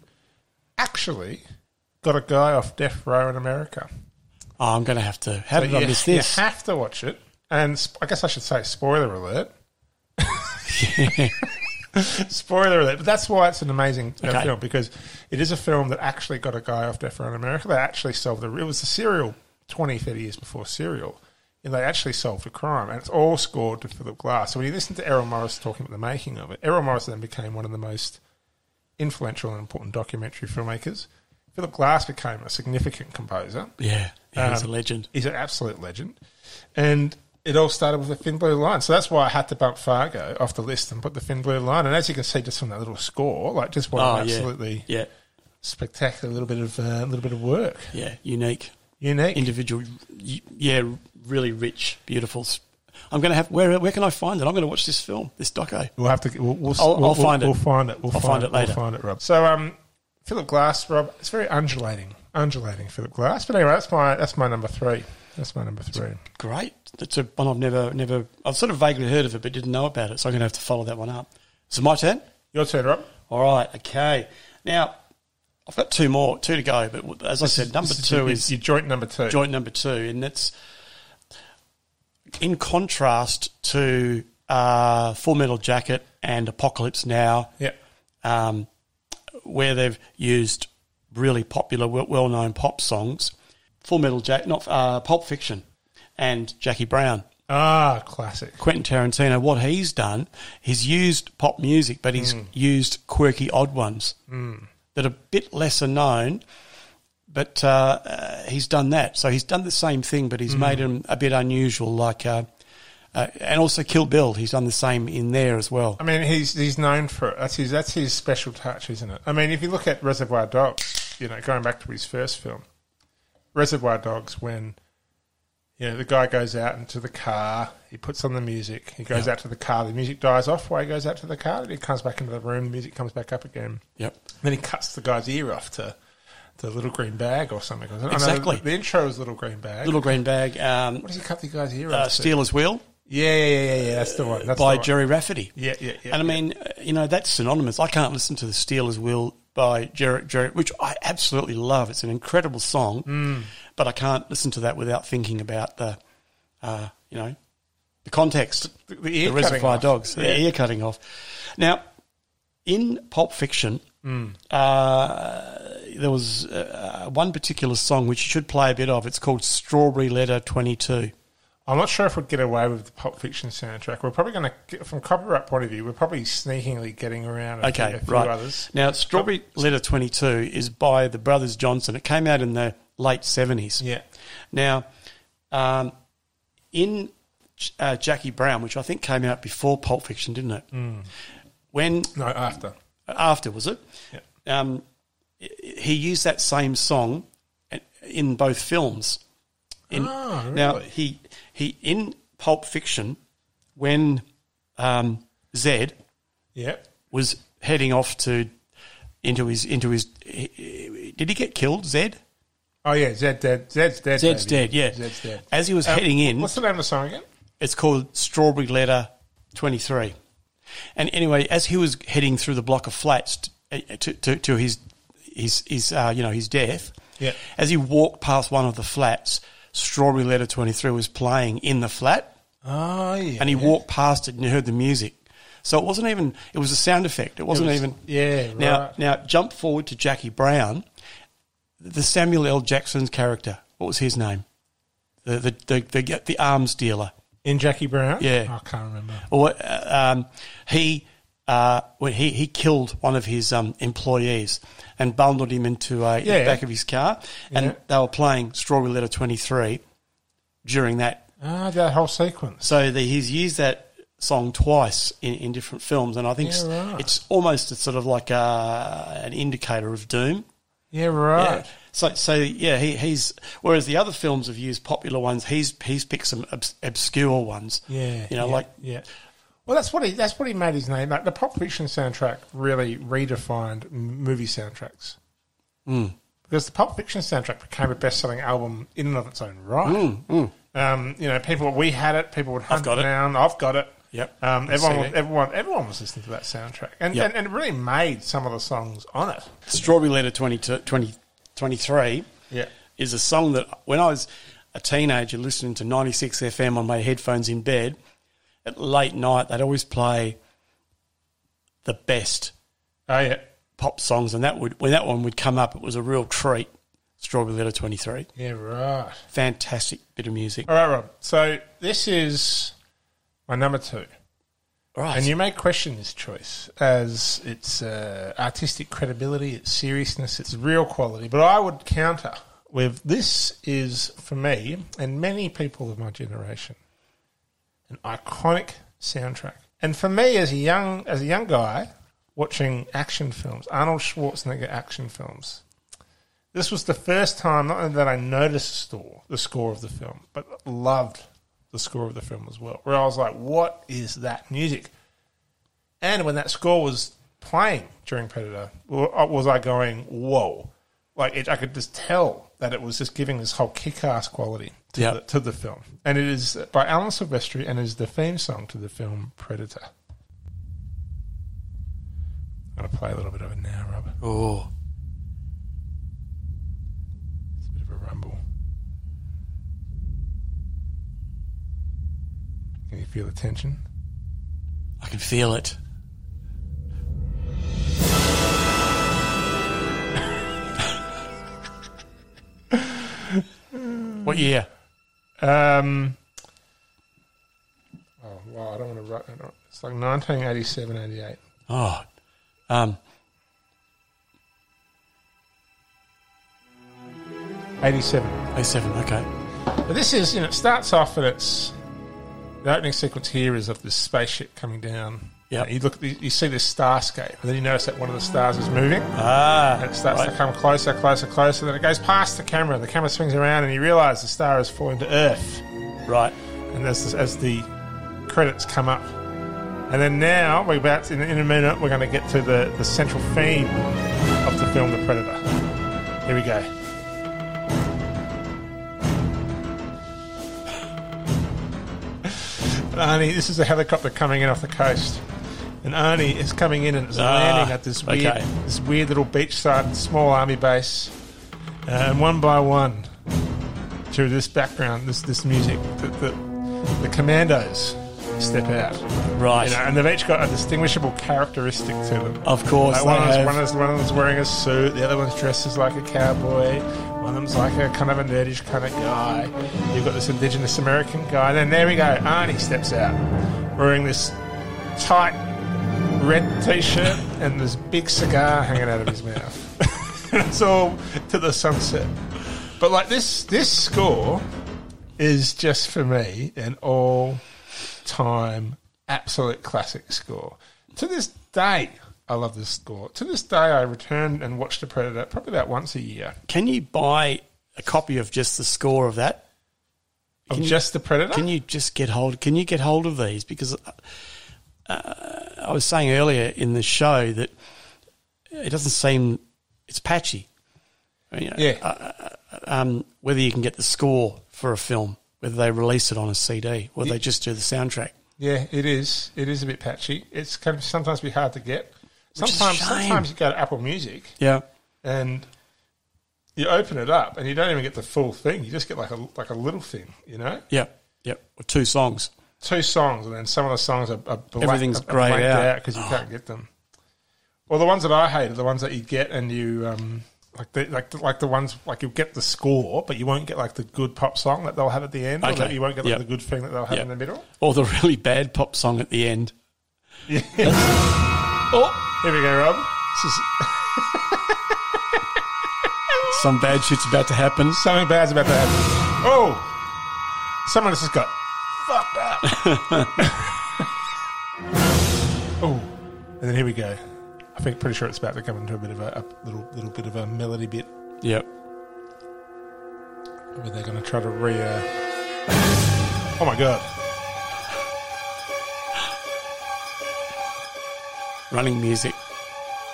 A: actually got a guy off death row in America.
B: Oh, I'm going to have to. How did
A: you,
B: I miss
A: you
B: this?
A: have to watch it. And sp- I guess I should say spoiler alert. spoiler alert. But that's why it's an amazing uh,
B: Okay.
A: film because it is a film that actually got a guy off death row in America. They actually solved the. It was the serial 20, 30 years before serial. And they actually solved the crime. And it's all scored to Philip Glass. So when you listen to Errol Morris talking about the making of it, Errol Morris then became one of the most influential and important documentary filmmakers. Philip Glass became a significant composer.
B: Yeah, yeah he's a
A: Um,
B: legend.
A: He's an absolute legend. And it all started with the thin blue line. So that's why I had to bump Fargo off the list and put the thin blue line. And as you can see just from that little score, like just one
B: Oh, yeah.
A: absolutely
B: Yeah,
A: spectacular little bit of uh, little bit of work.
B: yeah, unique,
A: Unique.
B: individual. y- Yeah, really rich, beautiful. s- I'm going to have. Where where can I find it? I'm going to watch this film, this doco.
A: We'll have to. We'll, we'll,
B: I'll-
A: we'll-
B: I'll find it.
A: We'll find it. We'll
B: I'll find it later.
A: We'll find it, Rob. So, um, Philip Glass, Rob. It's very undulating, undulating Philip Glass. But anyway, that's my that's my number three. That's my number three.
B: Great. That's a one I've never, never. I've sort of vaguely heard of it, but didn't know about it. So I'm going to have to follow that one up. So my turn.
A: Your turn, Rob.
B: All right. Okay. Now I've got two more, two to go. But as I said, number
A: This
B: two
A: your-
B: is
A: your joint number two.
B: joint number two, and that's in contrast to uh, Full Metal Jacket and Apocalypse Now,
A: Yeah.
B: um, where they've used really popular, well known pop songs. Full Metal Jacket, not uh, Pulp Fiction, and Jackie Brown.
A: Ah, classic.
B: Quentin Tarantino, what he's done, he's used pop music, but he's used quirky odd ones that are a bit lesser known. But uh, uh, he's done that, so he's done the same thing, but he's made him a bit unusual, like uh, uh, and also Kill Bill. He's done the same in there as well.
A: I mean, he's he's known for it. That's his that's his special touch, isn't it? I mean, if you look at Reservoir Dogs, you know, going back to his first film, Reservoir Dogs, when you know the guy goes out into the car, he puts on the music, he goes out to the car, the music dies off, while he goes out to the car, then he comes back into the room, the music comes back up again,
B: Yep,
A: then he cuts the guy's ear off to to Little Green Bag or something. wasn't it? I know
B: Exactly.
A: the, the intro is Little Green Bag.
B: Little Green Bag, um,
A: what does he cut the guy's ear
B: uh,
A: off? to?
B: Steeler's Wheel
A: Yeah, yeah, yeah, yeah, yeah. That's the one. That's
B: by
A: the one.
B: Jerry Rafferty.
A: Yeah, yeah, yeah.
B: And I
A: yeah.
B: mean, uh, you know, that's synonymous. I can't listen to The Steelers Will by Jarrett Jarrett, which I absolutely love. It's an incredible song,
A: Mm.
B: but I can't listen to that without thinking about the, uh, you know, the context.
A: The- the ear cutting
B: Reservoir
A: off.
B: Dogs, the ear cutting off. Now, in Pulp Fiction,
A: Mm.
B: uh, there was uh, one particular song which you should play a bit of. It's called Strawberry Letter 22.
A: I'm not sure if we'd get away with the Pulp Fiction soundtrack. We're probably going to, from copyright point of view, we're probably sneakingly getting around a
B: Okay,
A: few, a few
B: right.
A: others.
B: Now, Strawberry Letter 22 is by the Brothers Johnson. It came out in the late 70s.
A: Yeah.
B: Now, um, in uh, Jackie Brown, which I think came out before Pulp Fiction, didn't it?
A: Mm.
B: When,
A: No, after.
B: after, was it?
A: Yeah.
B: Um, i- i- he used that same song a- in both films. In,
A: Ah, really?
B: Now, he, he, in Pulp Fiction, when um, Zed,
A: Yeah.
B: was heading off to into his into his. Did he get killed? Zed.
A: Oh, yeah, Zed dead. Zed's dead.
B: Zed's
A: baby.
B: dead. Yeah.
A: Zed's dead.
B: As he was
A: Um,
B: heading in,
A: What's the name of the song again?
B: it's called Strawberry Letter Twenty Three. And anyway, as he was heading through the block of flats t- eh, to to, to his his his uh, you know his death.
A: Yeah.
B: As he walked past one of the flats, Strawberry Letter Twenty Three was playing in the flat.
A: Oh, yeah.
B: and he walked past it and he heard the music. So it wasn't even. It was a sound effect. It wasn't
A: was-
B: even.
A: yeah,
B: Now,
A: right.
B: now jump forward to Jackie Brown, the Samuel L. Jackson's character. What was his name? the the the, the, the arms dealer.
A: In Jackie Brown?
B: Yeah.
A: Oh, I can't remember.
B: Or uh, um, he uh, when he he killed one of his um, employees and bundled him into a
A: Yeah.
B: the back of his car, and
A: Yeah.
B: they were playing Strawberry Letter Twenty Three during that
A: Ah, that whole sequence.
B: So the, he's used that song twice in, in different films, and I think
A: Yeah, right.
B: it's almost a sort of like a, an indicator of doom.
A: Yeah, right.
B: So, so yeah, he, he's whereas the other films have used popular ones, he's he's picked some obs- obscure ones.
A: Yeah,
B: you know,
A: yeah,
B: like
A: yeah. Well, that's what he that's what he made his name. Like the Pulp Fiction soundtrack really redefined m- movie soundtracks
B: Hmm.
A: because the Pulp Fiction soundtrack became a best selling album in and of its own right. Um, you know, people we had it. People would hunt
B: Hmm, got it.
A: down. I've got it.
B: Yep.
A: Um,
B: I've
A: everyone,
B: seen
A: was-
B: it.
A: everyone, everyone was listening to that soundtrack, and,
B: Yep.
A: and and it really made some of the songs on it.
B: Strawberry Letter 22, 20, 23
A: Yeah.
B: is a song that when I was a teenager listening to 96 FM on my headphones in bed at late night, they'd always play the best
A: Oh yeah,
B: pop songs, and that would when that one would come up, it was a real treat. Strawberry Letter Twenty Three,
A: yeah, right.
B: fantastic bit of music.
A: All right, Rob. So this is my number two.
B: All right,
A: And you may question this choice as its uh, artistic credibility, its seriousness, its real quality. But I would counter with this is, for me and many people of my generation, an iconic soundtrack. And for me, as a young as a young guy watching action films, Arnold Schwarzenegger action films, this was the first time not only that I noticed the score, the score of the film, but loved the score of the film as well. Where I was like, "What is that music?" And when that score was playing during Predator, wa- was I going, "Whoa!" Like it, I could just tell that it was just giving this whole kick-ass quality to,
B: Yeah.
A: the, to the film. And it is uh, by Alan Silvestri, and is the theme song to the film Predator. I'm gonna play a little bit of it now, Rob.
B: oh,
A: It's a bit of a rumble. Can you feel the tension?
B: I can feel it. what year?
A: Um. Oh wow! I don't want to write. I don't, it's like 1987, 88.
B: Oh, um,
A: 87.
B: 07, Okay.
A: But this is, you know, it starts off and it's the opening sequence here is of this spaceship coming down.
B: Yep.
A: You look, at the- you see this starscape, and then you notice that one of the stars is moving.
B: Ah,
A: And it starts to come closer, closer, closer. Then it goes past the camera. The camera swings around, and you realise the star is falling to Earth.
B: right.
A: and as, as the credits come up. And then now we're about to, in, in a minute we're going to get to the, the central theme of the film The Predator. Here we go. But Arnie, this is a helicopter coming in off the coast. And Arnie is coming in and it's landing at this weird,
B: okay.
A: this weird little beachside small army base. Uh, and one by one, through this background, this this music, the, the, the commandos step out.
B: Right.
A: You know, and they've each got a distinguishable characteristic to them.
B: Of course,
A: Like, one,
B: they
A: of them's,
B: have.
A: one, of them's, one of them's wearing a suit, the other one's dresses like a cowboy, one of them's like a kind of a nerdish kind of guy. You've got this indigenous American guy, and then there we go, Arnie steps out wearing this tight red t-shirt and this big cigar hanging out of his mouth. it's all to the sunset. But like this, this score is just for me an all-time absolute classic score. To this day, I love this score. To this day, I return and watch The Predator probably about once a year.
B: Can you buy a copy of just the score of that?
A: Of
B: Can you-
A: just The Predator.
B: Can you just get hold? Can you get hold of these? Because uh, I was saying earlier in the show that it doesn't seem it's patchy. I mean,
A: yeah.
B: Um, whether you can get the score for a film, whether they release it on a CD, or they just do the soundtrack.
A: Yeah, it is. It is a bit patchy. It's can sometimes be hard to get.
B: is a
A: Sometimes,
B: shame.
A: sometimes you go to Apple Music
B: Yeah.
A: and you open it up and you don't even get the full thing. You just get like a like a little thing, you know,
B: Yep. Yep. Or two songs.
A: two songs, and then some of the songs are, are black,
B: Everything's
A: are,
B: greyed out.
A: because you can't get them. Well, the ones that I hate are the ones that you get and you um, Like the like the, like the ones like you'll get the score, but you won't get like the good pop song that they'll have at the end. Or
B: Okay.
A: that you won't get like,
B: Yep.
A: the good thing that they'll have
B: Yep.
A: in the middle.
B: Or the really bad pop song at the end. oh,
A: Here we go, Rob.
B: this is. Some bad shit's about to happen.
A: Something bad's about to happen. Oh, someone has just got fucked up. oh, and then here we go. I think pretty sure it's about to come into a bit of a, a little little bit of a melody bit
B: Yep.
A: where they're going to try to re. Uh... Oh my god!
B: Running music.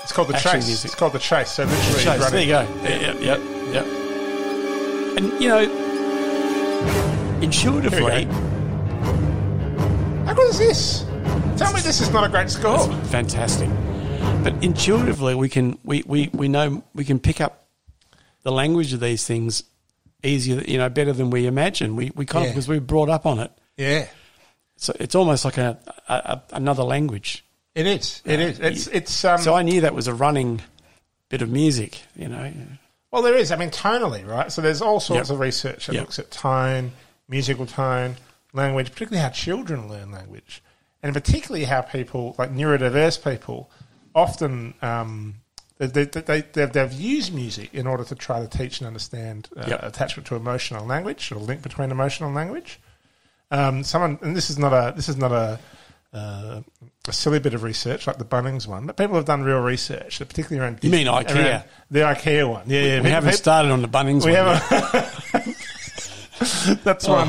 A: It's called the
B: Action
A: chase.
B: music.
A: It's called the chase. So literally,
B: Chase,
A: running.
B: there you go. Yep, yep, yep. And, you know, intuitively,
A: Here we How good is this? Tell me this is not a great score.
B: fantastic. But intuitively, we can we, we, we know we can pick up the language of these things easier, you know, better than we imagine. We we kind of
A: Yeah.
B: because we were brought up on it,
A: Yeah,
B: so it's almost like a, a, a another language.
A: it is. It is. It's it's um.
B: So I knew that was a running bit of music, you know.
A: Well, there is. I mean, tonally, right? So there's all sorts
B: Yep.
A: of research that
B: Yep.
A: looks at tone, musical tone, language, particularly how children learn language, and particularly how people, like neurodiverse people, often um, they, they, they, they've, they've used music in order to try to teach and understand uh,
B: Yep.
A: attachment to emotional language or link between emotional language. Um, someone, and this is not a this is not a uh, a silly bit of research like the Bunnings one, but people have done real research, particularly around
B: You mean
A: around
B: IKEA?
A: the IKEA one. Yeah, yeah.
B: We haven't
A: People-
B: started on the Bunnings.
A: we
B: one yet.
A: have a. That's one.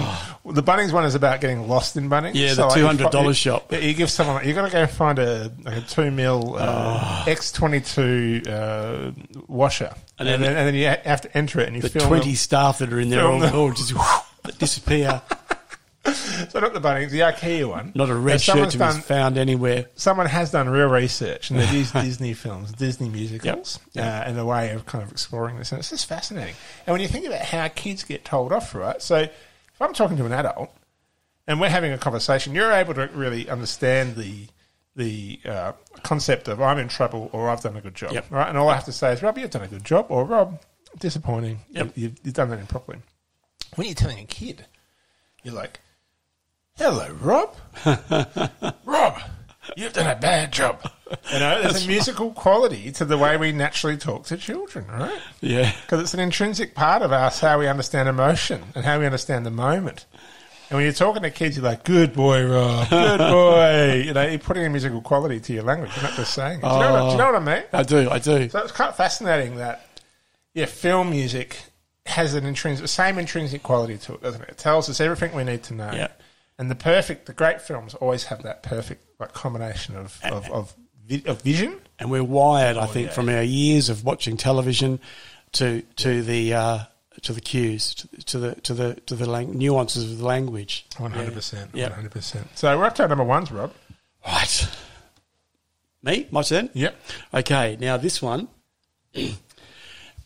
A: The Bunnings one is about getting lost in Bunnings.
B: Yeah, the
A: you
B: $200
A: fi- you-
B: shop.
A: yeah, You give someone, you got to go find a, like a two mil uh, X22 uh, washer. And
B: Oh.
A: then,
B: And then-
A: and, then, you ha- have to enter it and you
B: the
A: film it.
B: twenty staff that are in there
A: Film
B: all,
A: them.
B: all just disappear.
A: So not the Bunnings, the IKEA one.
B: Not a
A: And
B: red
A: someone's
B: shirt to
A: done-
B: be found anywhere.
A: someone has done real research and they've used Disney films, Disney musicals,
B: Yep. Yep.
A: Uh, and the way of kind of exploring this. And it's just fascinating. And when you think about how kids get told off, right? So if I'm talking to an adult and we're having a conversation, you're able to really understand the the uh, concept of I'm in trouble or I've done a good job,
B: Yep.
A: right? And all I have to say is, Rob, you've done a good job, or Rob, disappointing.
B: Yep.
A: You've, you've done that improperly. When you're telling a kid, you're like, Hello, Rob. Rob, you've done a bad job. You know, there's a musical quality to the way we naturally talk to children, right?
B: Yeah.
A: Because it's an intrinsic part of us how we understand emotion and how we understand the moment. And when you're talking to kids, you're like, "Good boy, Rob. Good boy." you know, you're putting a musical quality to your language. You're not just saying it. Do you, know, what, do you know what I mean?
B: I do, I do.
A: So it's quite fascinating that yeah, film music has an intrinsic the same intrinsic quality to it, doesn't it? It tells us everything we need to know.
B: Yeah.
A: And the perfect, the great films always have that perfect like combination of of, of, vi- of vision.
B: And we're
A: Oh,
B: wired, I think, from our years of watching television to to the uh, to the cues, to, to the to the to the lang- nuances of the language.
A: One hundred percent.
B: Yeah.
A: One hundred percent. So we're up to our number ones, Rob.
B: Right. Me, my turn.
A: Yep.
B: Okay, now this one.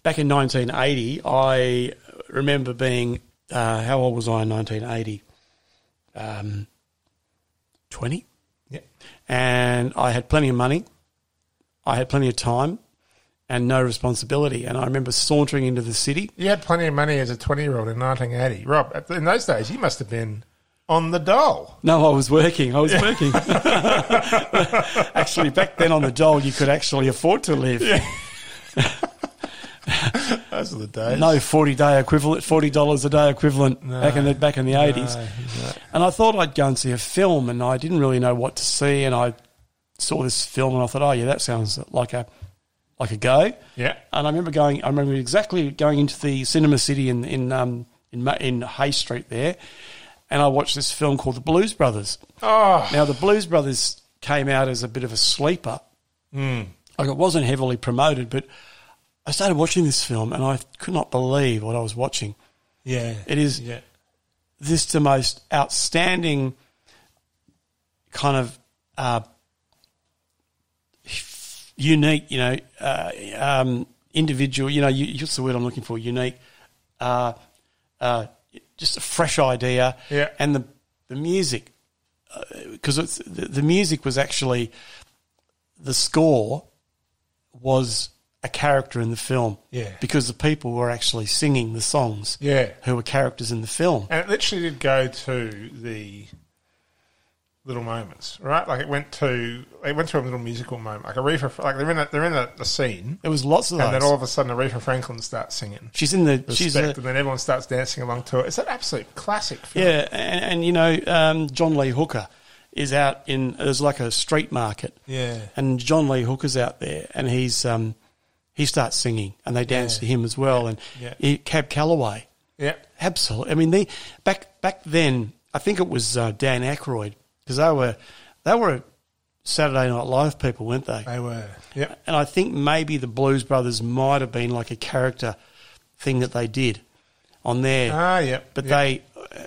B: Back in 1980, I remember being uh, how old was I in 1980? Um, 20.
A: Yep.
B: and I had plenty of money, I had plenty of time, and no responsibility. And I remember sauntering into the city.
A: You had plenty of money as a twenty year old in nineteen eighty. Rob, at- in those days you must have been on the dole.
B: No, I was working. I was working. actually, back then on the dole, you could actually afford to live.
A: Those are the days.
B: No forty day equivalent, forty dollars a day equivalent back in the back in the eighties. And I thought I'd go and see a film, and I didn't really know what to see. And I saw this film, and I thought, oh yeah, that sounds like a like a go.
A: Yeah.
B: And I remember going. I remember exactly going into the Cinema City in in um, in, Ma- in Hay Street there, and I watched this film called The Blues Brothers.
A: Oh
B: Now, the Blues Brothers came out as a bit of a sleeper. Like it wasn't heavily promoted, but I started watching this film and I could not believe what I was watching.
A: yeah.
B: It is
A: yeah.
B: this the most outstanding kind of uh, unique, you know, uh, um, individual. You know, you, what's the word I'm looking for? Unique, uh, uh, just a fresh idea.
A: Yeah.
B: and the the music because it's the, the music was actually the score was a character in the film.
A: Yeah.
B: Because the people were actually singing the songs.
A: Yeah.
B: Who were characters in the film.
A: And it literally did go to the little moments, right? Like it went to it went to a little musical moment. Like Aretha, like they're in a, they're in a, a scene,
B: There was lots of
A: and then all
B: those.
A: of a sudden Aretha Franklin starts singing.
B: She's in the.
A: She's
B: She's a,
A: and then everyone starts dancing along to it. It's an absolute classic film.
B: Yeah, and, and you know, um, John Lee Hooker is out in there's like a street market.
A: Yeah.
B: and John Lee Hooker's out there, and he's um, he starts singing, and they dance to him as well, and
A: Yeah.
B: he- Cab Calloway,
A: Yeah.
B: absolutely. I mean, they back back then, I think it was uh, Dan Aykroyd because they were they were Saturday Night Live people, weren't they?
A: They were. Yeah.
B: And I think maybe the Blues Brothers might have been like a character thing that they did on there.
A: Ah, yeah.
B: But
A: yeah.
B: they, uh,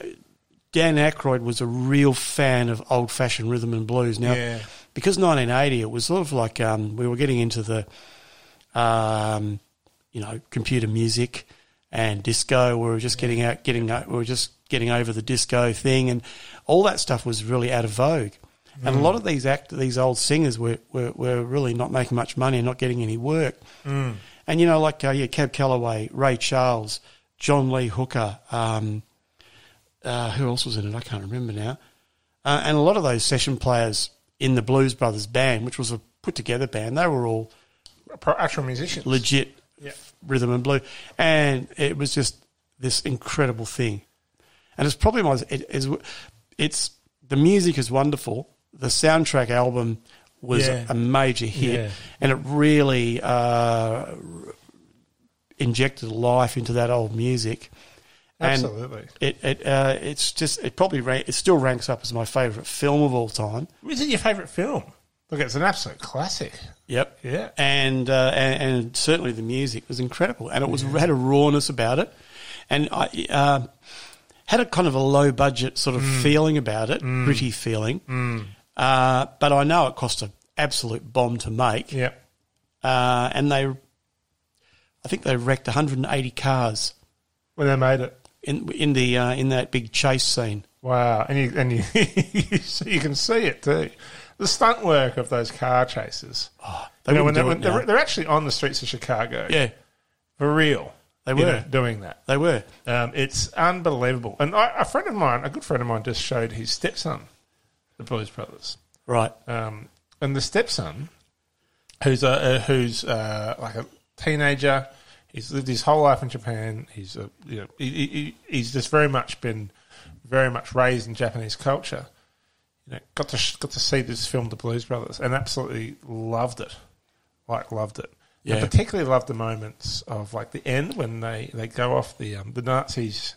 B: Dan Aykroyd was a real fan of old fashioned rhythm and blues. Now,
A: Yeah.
B: because 1980, it was sort of like um, we were getting into the, um, you know, computer music and disco. We were just getting out, getting, o- we were just getting over the disco thing, and all that stuff was really out of vogue.
A: Mm.
B: And a lot of these act, these old singers were, were, were really not making much money and not getting any work.
A: Mm.
B: And you know, like uh, yeah, Cab Calloway, Ray Charles, John Lee Hooker, um, uh, who else was in it? I can't remember now. Uh, and a lot of those session players in the Blues Brothers band, which was a put together band, they were all
A: Pro- actual musicians.
B: legit
A: Yeah.
B: rhythm and blue, and it was just this incredible thing. And it's probably my it is it's the music is wonderful. The soundtrack album was
A: Yeah.
B: a major hit,
A: Yeah.
B: and it really uh, injected life into that old music. And
A: Absolutely.
B: it it uh, it's just it probably rank, it still ranks up as my favorite film of all time.
A: Is it your favourite film? Look, it's an absolute classic.
B: Yep.
A: Yeah.
B: And, uh, and and certainly the music was incredible, and it was had a rawness about it, and I uh, had a kind of a low budget sort of
A: Mm.
B: feeling about it, gritty feeling. Uh, but I know it cost an absolute bomb to make,
A: Yeah.
B: uh, and they, I think they wrecked 180 cars
A: When they made it.
B: in in the uh, in that big chase scene.
A: Wow, and you and you, you, see, you can see it too. The stunt work of those car chases.
B: They
A: You know, when
B: wouldn't
A: they,
B: do
A: when
B: it
A: they're,
B: now.
A: they're actually on the streets of Chicago
B: yeah,
A: for real.
B: They
A: you
B: were.
A: know, doing that.
B: they were.
A: Um, it's unbelievable. And I, a friend of mine, a good friend of mine, just showed his stepson, the Blues Brothers,
B: Right.
A: um, and the stepson, who's a, a who's uh like a teenager. He's lived his whole life in Japan. He's a, you know, he, he, he- he's just very much been very much raised in Japanese culture. You know, got to sh- got to see this film, The Blues Brothers, and absolutely loved it. Like loved it.
B: Yeah.
A: And particularly loved the moments of like the end when they, they go off the um, the Nazis.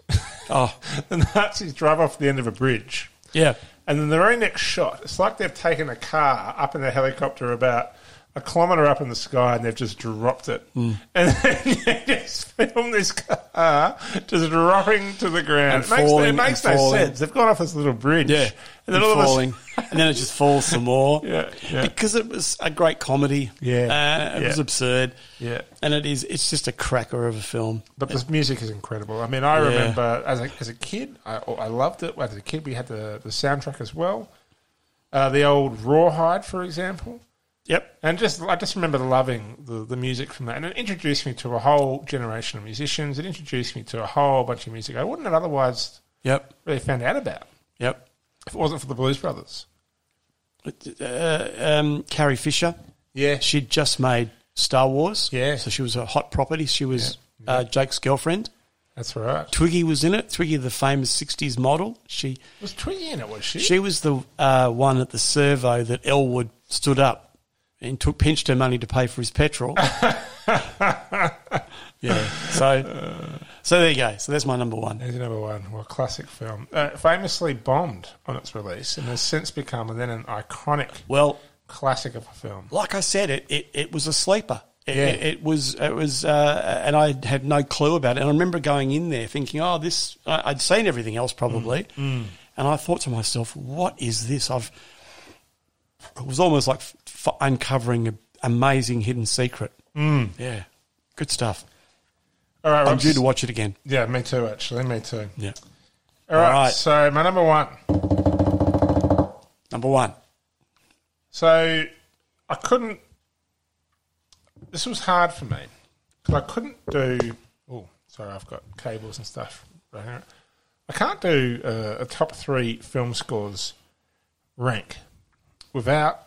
B: Oh.
A: the Nazis drive off the end of a bridge.
B: Yeah.
A: And then the very next shot, it's like they've taken a car up in a helicopter about a kilometre up in the sky and they've just dropped it.
B: Hmm.
A: And then they just film this car just dropping to the ground.
B: And
A: it makes,
B: falling
A: it makes
B: and
A: no
B: falling.
A: sense. They've gone off this little bridge.
B: Yeah,
A: And then all of a
B: falling,
A: sudden-
B: and then it just falls some more.
A: Yeah, yeah.
B: because it was a great comedy.
A: Yeah,
B: uh, it
A: yeah.
B: was absurd.
A: Yeah.
B: and it is. It's just a cracker of a film.
A: But this music is incredible. I mean, I
B: Yeah.
A: remember as a, as a kid, I, I loved it. As a kid, we had the, the soundtrack as well. Uh, the old Rawhide, for example.
B: Yep.
A: And just I just remember loving the, the music from that, and it introduced me to a whole generation of musicians. It introduced me to a whole bunch of music I wouldn't have otherwise
B: Yep.
A: really found out about
B: Yep.
A: if it wasn't for the Blues Brothers.
B: Uh, um, Carrie Fisher.
A: Yeah,
B: She'd just made Star Wars.
A: Yeah.
B: so she was a hot property. She was Uh, Jake's girlfriend.
A: that's right.
B: Twiggy was in it. Twiggy, the famous '60s model. She
A: Was Twiggy in it? Was she?
B: she was the uh, one at the servo that Elwood stood up and took pinched her money to pay for his petrol. yeah. So so there you go. So that's my number one.
A: There's number one. Well, classic film, uh, famously bombed on its release, and has since become then an iconic
B: Well,
A: classic of a film.
B: like I said, it it, it was a sleeper. It,
A: Yeah.
B: it, it was it was uh, and I had no clue about it. And I remember going in there thinking, oh, this I, I'd seen everything else probably,
A: Mm.
B: and I thought to myself, what is this? I've it was almost like f- f- uncovering an amazing hidden secret. Mm. Yeah, good stuff.
A: All right,
B: I'm
A: Rob.
B: due to watch it again.
A: yeah, me too. Actually, me too.
B: Yeah,
A: All right,
B: All right.
A: So my number one.
B: number one.
A: So I couldn't this was hard for me because I couldn't do. Oh, sorry, I've got cables and stuff right here. I can't do uh, a top three film scores rank without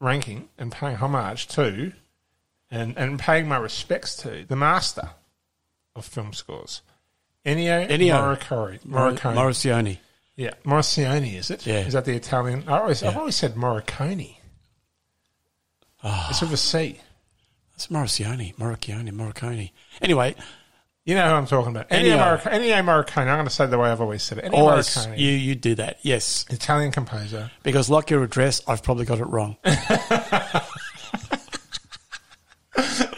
A: ranking and paying homage to and, and paying my respects to the master of film scores, Ennio,
B: Ennio.
A: Morricone.
B: Mor-
A: Morricone.
B: Morricone.
A: yeah, Morricone, is it?
B: Yeah.
A: Is that the Italian? I always, I've
B: Yeah.
A: always said Morricone.
B: Ah.
A: It's with a C.
B: That's Morricone. Morricone. Morricone. Anyway,
A: You know who I'm talking about. Ennio
B: Ennio.
A: Morricone. Ennio Morricone. I'm going to say it the way I've always said it. Ennio
B: uh, or it's-
A: Morricone.
B: you you do that. Yes,
A: Italian composer.
B: because like your address, I've probably got it wrong.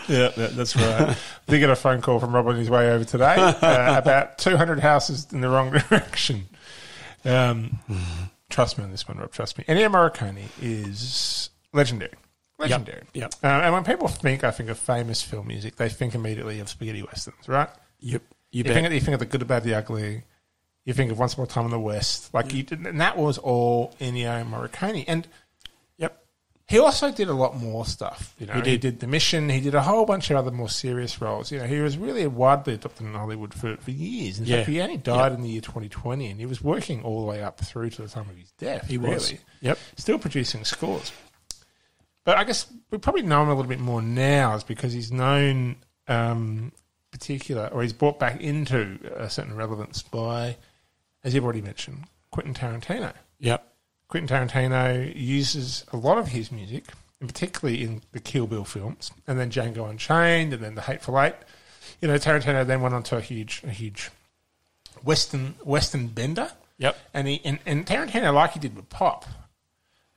A: Yeah, that, that's right. Did get a phone call from Rob on his way over today uh, about 200 houses in the wrong direction. Um, Trust me on this one, Rob. Trust me. Ennio Morricone is legendary. Legendary.
B: yep.
A: Uh, and when people think, I think of famous film music, they think immediately of spaghetti westerns, right?
B: Yep. You
A: You think,
B: bet.
A: of, you think of the good, the bad, the ugly. You think of Once Upon a Time in the West. Like you did, and that was all Ennio Morricone. And
B: Yep.
A: he also did a lot more stuff. You know, he did.
B: did.
A: The Mission. He did a whole bunch of other more serious roles. You know, he was really widely adopted in Hollywood for, for years. In
B: Yeah.
A: fact, he only died in the year 2020, and he was working all the way up through to the time of his death.
B: He was.
A: really.
B: Yep.
A: still producing scores. But I guess we probably know him a little bit more now, is because he's known um, particular, or he's brought back into a certain relevance by, as you've already mentioned, Quentin Tarantino.
B: Yep.
A: Quentin Tarantino uses a lot of his music, and particularly in the Kill Bill films, and then Django Unchained, and then The Hateful Eight. You know, Tarantino then went on to a huge, a huge Western Western bender.
B: Yep.
A: And he and, and Tarantino, like he did with pop,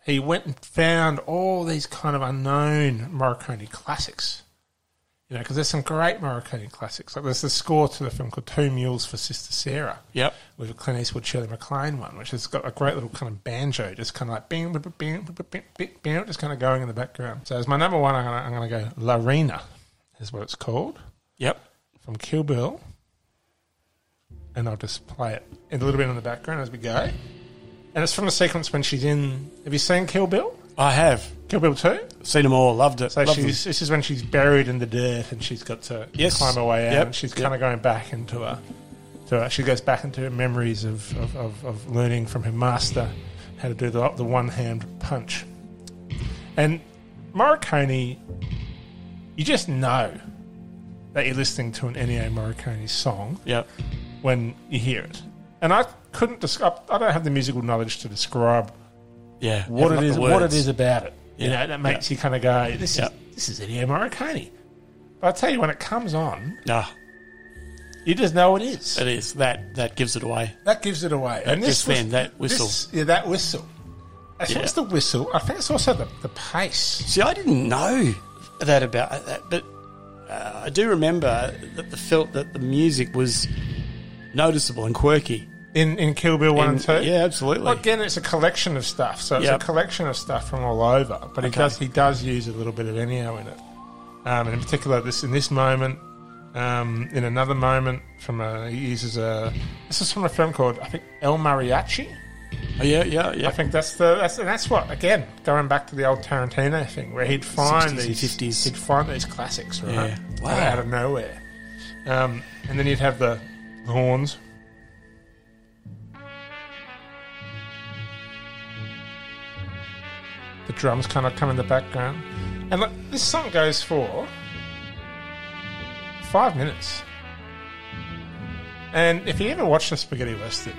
A: he went and found all these kind of unknown Morricone classics. You know, because there's some great Morricone classics. Like there's the score to the film called Two Mules for Sister Sarah
B: Yep.
A: with a Clint Eastwood Shirley MacLaine one, which has got a great little kind of banjo, just kind of like bing, bing, bing, bing, bing, bing, bing, just kind of going in the background. So as my number one, I'm gonna, I'm gonna go La Rena, is what it's called
B: Yep.
A: from Kill Bill, and I'll just play it in a little bit in the background as we go. And it's from the sequence when she's in. Have you seen Kill Bill?
B: I have
A: Kill Bill Two.
B: seen them all. Loved it.
A: So
B: Loved
A: she's this is when she's buried in the dirt and she's got to
B: Yes.
A: climb her way out.
B: Yep.
A: And she's
B: Yep.
A: kind of going back into her, to her. She goes back into her memories of, of, of, of learning from her master how to do the, the one hand punch. And Morricone, you just know that you're listening to an Ennio Morricone song
B: them. Yep.
A: when you hear it. And I couldn't describe. I don't have the musical knowledge to describe
B: Yeah.
A: what
B: Love
A: it
B: the
A: is, what it
B: words.
A: is about it. You
B: Yeah.
A: know, that makes you kind of go, "This
B: Yeah.
A: is this is Ennio Morricone." But I tell you, when it comes on,
B: Ah,
A: you just know it is.
B: it is that that gives it away.
A: That gives it away. And this
B: just then, that whistle.
A: this- yeah, that whistle. I think
B: Yeah.
A: it's the whistle. I think it's also the, the pace.
B: See, I didn't know that about that, but uh, I do remember that the felt that the music was noticeable and quirky.
A: in in Kill Bill one
B: In-
A: and two.
B: yeah, absolutely.
A: Well, again, it's a collection of stuff, so it's
B: Yep.
A: a collection of stuff from all over. But he
B: Okay.
A: does he does use a little bit of Ennio in it, um, and in particular this in this moment, um, in another moment from a he uses a this is from a film called I think El Mariachi.
B: Oh, yeah, yeah, yeah.
A: I think that's the that's and that's what again going back to the old Tarantino thing where he'd find
B: 60s and
A: these
B: 50s.
A: he'd find these classics right
B: Yeah.
A: Out-
B: Wow.
A: out of nowhere, um, and then you'd have the horns. The drums kind of come in the background, and look, this song goes for five minutes. And if you ever watch a spaghetti western,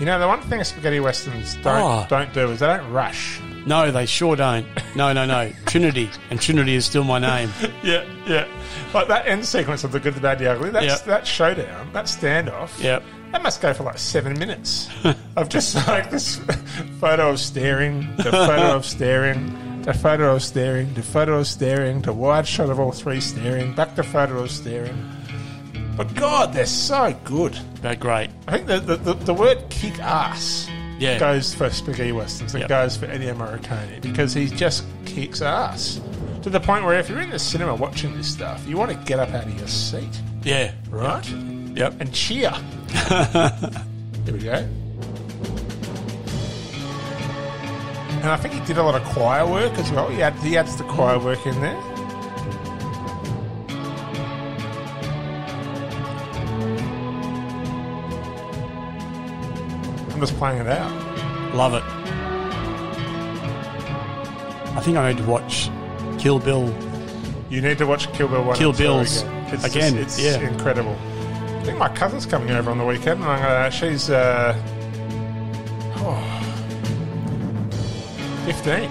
A: you know the one thing spaghetti westerns don't
B: Oh.
A: don't do is they don't rush.
B: No, they sure don't. No, no, no. Trinity and Trinity is still my name.
A: Yeah, yeah. Like that end sequence of the good, the bad, the ugly. That's,
B: Yeah.
A: That showdown, that standoff.
B: Yep.
A: That must go for like seven minutes of just like this photo of staring, the photo of staring, the photo of staring, the photo of staring, the wide shot of all three staring, back to photo of staring. But God, they're so good.
B: They're great.
A: I think the, the, the, the word kick ass
B: Yeah.
A: goes for Spaghetti Westerns and
B: Yep.
A: goes for Ennio Morricone because he just kicks ass to the point where if you're in the cinema watching this stuff, you want to get up out of your seat,
B: Yeah.
A: right?
B: Yep.
A: And cheer. Here we go. And I think he did a lot of choir work as well. He, had, he adds the choir work in there. I'm just playing it out.
B: Love it. I think I need to watch Kill Bill.
A: You need to watch Kill Bill 1.
B: Kill
A: and two
B: Bills.
A: It's, just-
B: Again,
A: it's
B: yeah.
A: incredible. I think my cousin's coming over on the weekend, and I'm gonna, she's uh, oh, 15,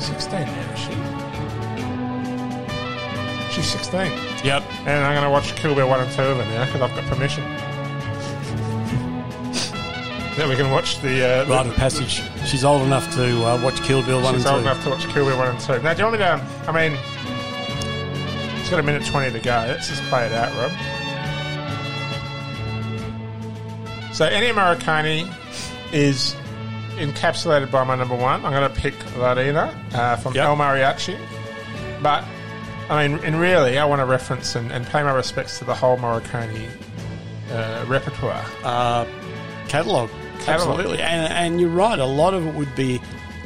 A: 16 now, is she? She's 16.
B: Yep.
A: And I'm going to watch Kill Bill 1 and 2 of it now because I've got permission. then we can watch the. Uh,
B: Rite
A: the
B: of passage. She's old enough to uh, watch Kill Bill one
A: she's old
B: and two.
A: enough to watch Kill Bill 1 and 2. Now, do you want me to. I mean, it's got a minute 20 to go. Let's just play it out, Rob. So, Ennio Morricone is encapsulated by my number one. I'm going to pick Larina uh, from
B: Yep.
A: El Mariachi. But, I mean, and really, I want to reference and, and pay my respects to the whole Morricone uh, repertoire.
B: Catalogue. Absolutely. And, and you're right, a lot of it would be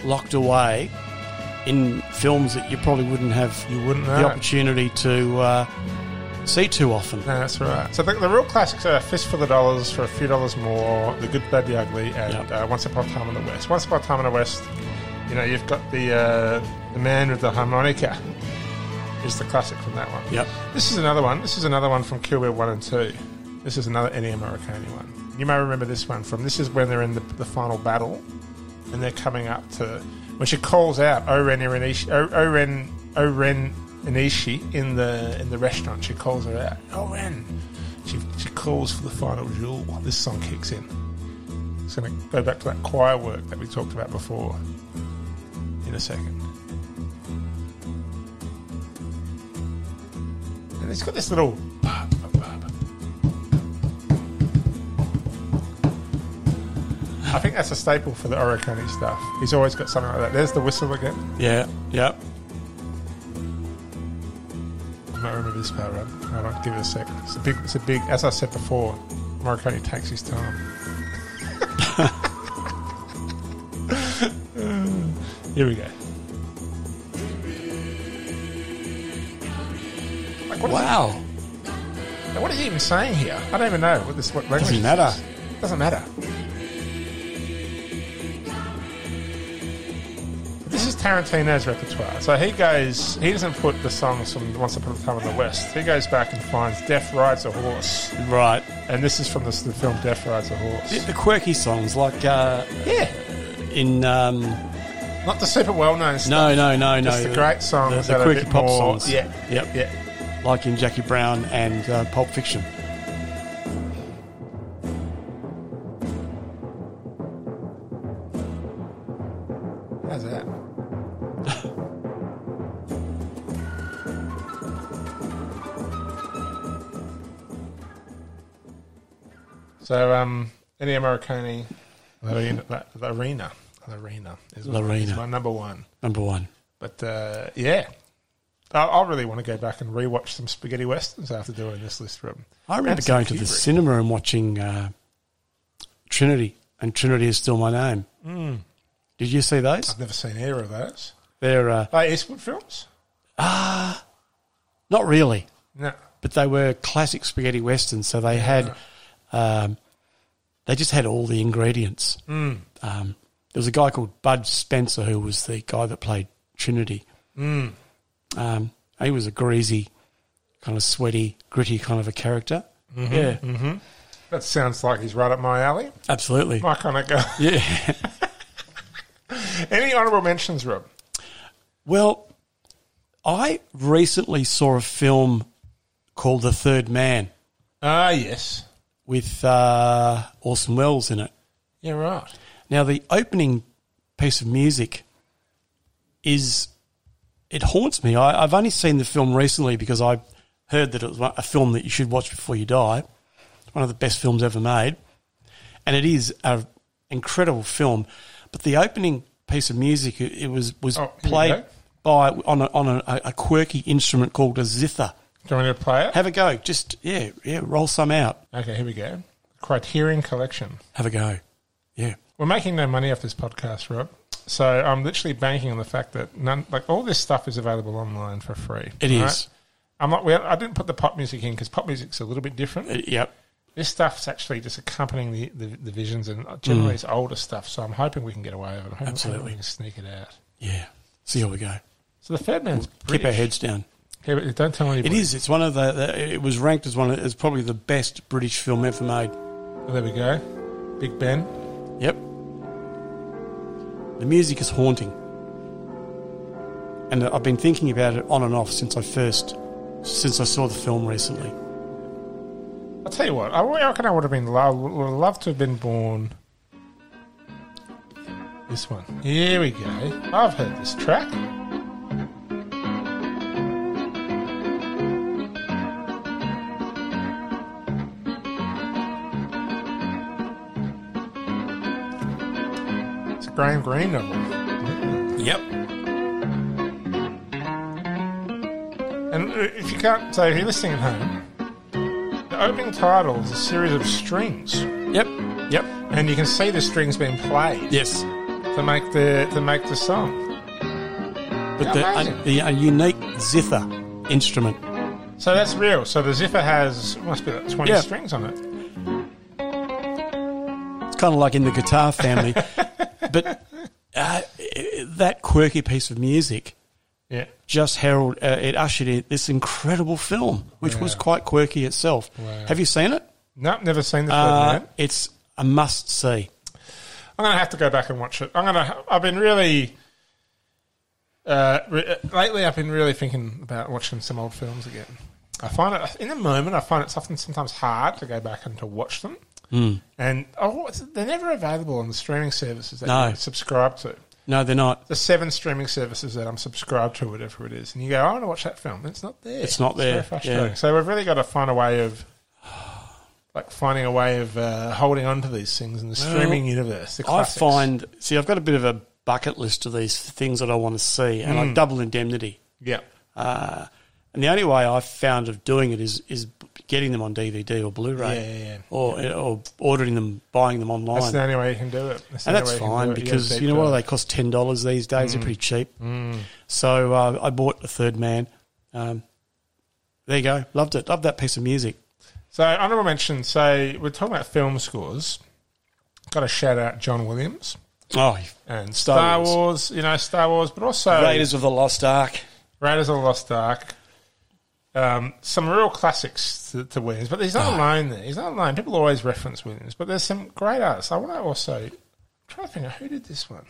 B: locked away in films that you probably wouldn't have
A: You wouldn't
B: the
A: know.
B: opportunity to uh, see too often.
A: No, that's right. So the, the real classics are Fistful of Dollars for a Few Dollars More, The Good, Bad, the Ugly, and
B: Yeah.
A: uh, Once Upon a Time in the West. Once Upon a Time in the West, you know, you've got the uh, the man with the harmonica is the classic from that one.
B: Yep.
A: This is another one. This is another one from Kill Bill 1 and 2. This is another Ennio Morricone one. You may remember this one from, this is when they're in the, the final battle and they're coming up to, when she calls out Oren Irenishi, O- Oren, Oren Inishi in the, in the restaurant. She calls her out, Oren. She, she calls for the final duel. This song kicks in. It's going to go back to that choir work that we talked about before in a second. And it's got this little. ba, ba, ba, ba. I think that's a staple for the Oricone stuff. He's always got something like that. There's the whistle again.
B: Yeah, yeah.
A: I might remember this part, Rob. Hold on, give it a sec. It's a big, it's a big as I said before, Morricone takes his time. Here we go. Like, what is
B: Wow.
A: Now, What is he even saying here? I don't even know what this what language.
B: Doesn't matter.
A: this is. Doesn't matter. This is Tarantino's repertoire. So he goes. He doesn't put the songs from Once Upon a Time in the West. He goes back and finds Death Rides a Horse,
B: Right.
A: and this is from the, the film Death Rides a Horse.
B: The quirky songs, like uh,
A: Yeah,
B: in. Um,
A: not the super well-known stuff.
B: no, no, no, no.
A: Just the great songs
B: The,
A: that
B: the
A: are a
B: quirky
A: bit
B: pop
A: more-
B: songs.
A: Yeah,
B: Yep.
A: yeah.
B: Like in Jackie Brown and uh, Pulp Fiction.
A: How's that? so, um, any Morricone, Lorena, La- Lorena, Lorena is,
B: Lorena.
A: is my number one.
B: Number one.
A: But uh, yeah, I, I really want to go back and rewatch some spaghetti westerns after doing this list room.
B: I remember going to the cinema and watching uh, Trinity, and Trinity is still my name. Mm.
A: Hmm.
B: Did you see those?
A: I've never seen either of those.
B: They're uh,
A: Are they Eastwood films?
B: not really,
A: No.
B: but they were classic spaghetti westerns. So they had, um, they just had all the ingredients. Um, there was a guy called Bud Spencer who was the guy that played Trinity. Um, he was a greasy, kind of sweaty, gritty kind of a character. yeah,
A: That sounds like he's right up my alley.
B: absolutely.
A: My kind of guy.
B: Yeah.
A: Any honourable mentions, Rob?
B: Well, I recently saw a film called The Third Man
A: Ah, yes.
B: with uh, Orson Welles in it.
A: Yeah, right.
B: Now, the opening piece of music is it haunts me. I, I've only seen the film recently because I heard that it was one- a film that you should watch before you die. It's one of the best films ever made, and it is an incredible film. But the opening piece of music it, it was was
A: Oh, here we
B: played
A: go.
B: by on a, on a, a quirky instrument called a zither.
A: Do you want me to play it?
B: Have a go. Just yeah, yeah. Roll some out.
A: Okay, here we go. Criterion Collection.
B: Have a go. Yeah.
A: We're making no money off this podcast, Rob. So I'm literally banking on the fact that none, like all this stuff is available online for free. all
B: It is.
A: right? I'm not. Well, I didn't put the pop music in because pop music's a little bit different.
B: Uh, yep.
A: this stuff's actually just accompanying the, the, the visions and generally it's older stuff. So I'm hoping we can get away with it. I'm hoping-
B: Mm. Absolutely.
A: hoping we can sneak it out.
B: Yeah. See how we go.
A: So the Third Man's
B: Keep our
A: British.
B: heads down.
A: Yeah, but don't tell
B: It
A: anybody.
B: is. It's one of the. the it was ranked as one of, as probably the best British film ever made.
A: Oh, there we go. Big Ben.
B: Yep. The music is haunting. And I've been thinking about it on and off since I first, since I saw the film recently.
A: I'll tell you what. I reckon I would have been love, would have loved to have been born. This one. Here we go. I've heard this track. It's a Graham Greene novel.
B: Yep.
A: And uh, if you can't, so if you're listening at home, the opening title is a series of strings,
B: Yep. Yep.
A: and you can see the strings being played.
B: Yes.
A: to make the to make the song.
B: But the,
A: Amazing.
B: a, the a unique zither instrument.
A: So that's real. So the Ziffer has must be like twenty
B: Yeah.
A: strings on it.
B: It's kind of like in the guitar family. but uh, that quirky piece of music
A: Yeah.
B: just herald uh, it ushered in this incredible film, which was
A: Wow.
B: quite quirky itself.
A: Wow.
B: Have you seen it?
A: No, never seen the
B: Uh,
A: film.
B: it's a must see.
A: I'm gonna have to go back and watch it. I'm gonna. I've been really. Uh, re- lately, I've been really thinking about watching some old films again. I find it in the moment. I find it's often sometimes hard to go back and to watch them,
B: Hmm.
A: and oh, it's- they're never available on the streaming services that
B: No.
A: you subscribe to.
B: No, they're not.
A: the seven streaming services that I'm subscribed to, whatever it is, and you go, I want to watch that film. and It's not there.
B: It's not there,
A: very frustrating.
B: yeah.
A: So we've really got to find a way of, like, finding a way of uh, holding on to these things in the streaming universe. The
B: I
A: classics.
B: find, see, I've got a bit of a bucket list of these things that I want to see, and
A: Hmm.
B: like Double Indemnity.
A: yeah,
B: Uh, and the only way I've found of doing it is is getting them on DVD or Blu-ray,
A: Yeah, yeah, yeah.
B: or or ordering them, buying them online.
A: that's the only way you can do it. That's the
B: and
A: only
B: that's
A: way you can
B: fine
A: do it.
B: because
A: Yeah,
B: you know
A: deep
B: what
A: dive.
B: they cost ten dollars these days. They're pretty cheap. So uh, I bought a third man. Um, there you go. Loved it. Loved that piece of music.
A: So honorable mention. So we're talking about film scores. Got to shout out John Williams
B: Oh,
A: and Star,
B: Star
A: Wars.
B: Wars.
A: You know Star Wars, but also
B: Raiders of the Lost Ark.
A: Raiders of the Lost Ark. Um, some real classics to, to Williams, but he's not alone there. He's not alone. People always reference Williams, but there's some great artists. I want to also try to think of who did this one.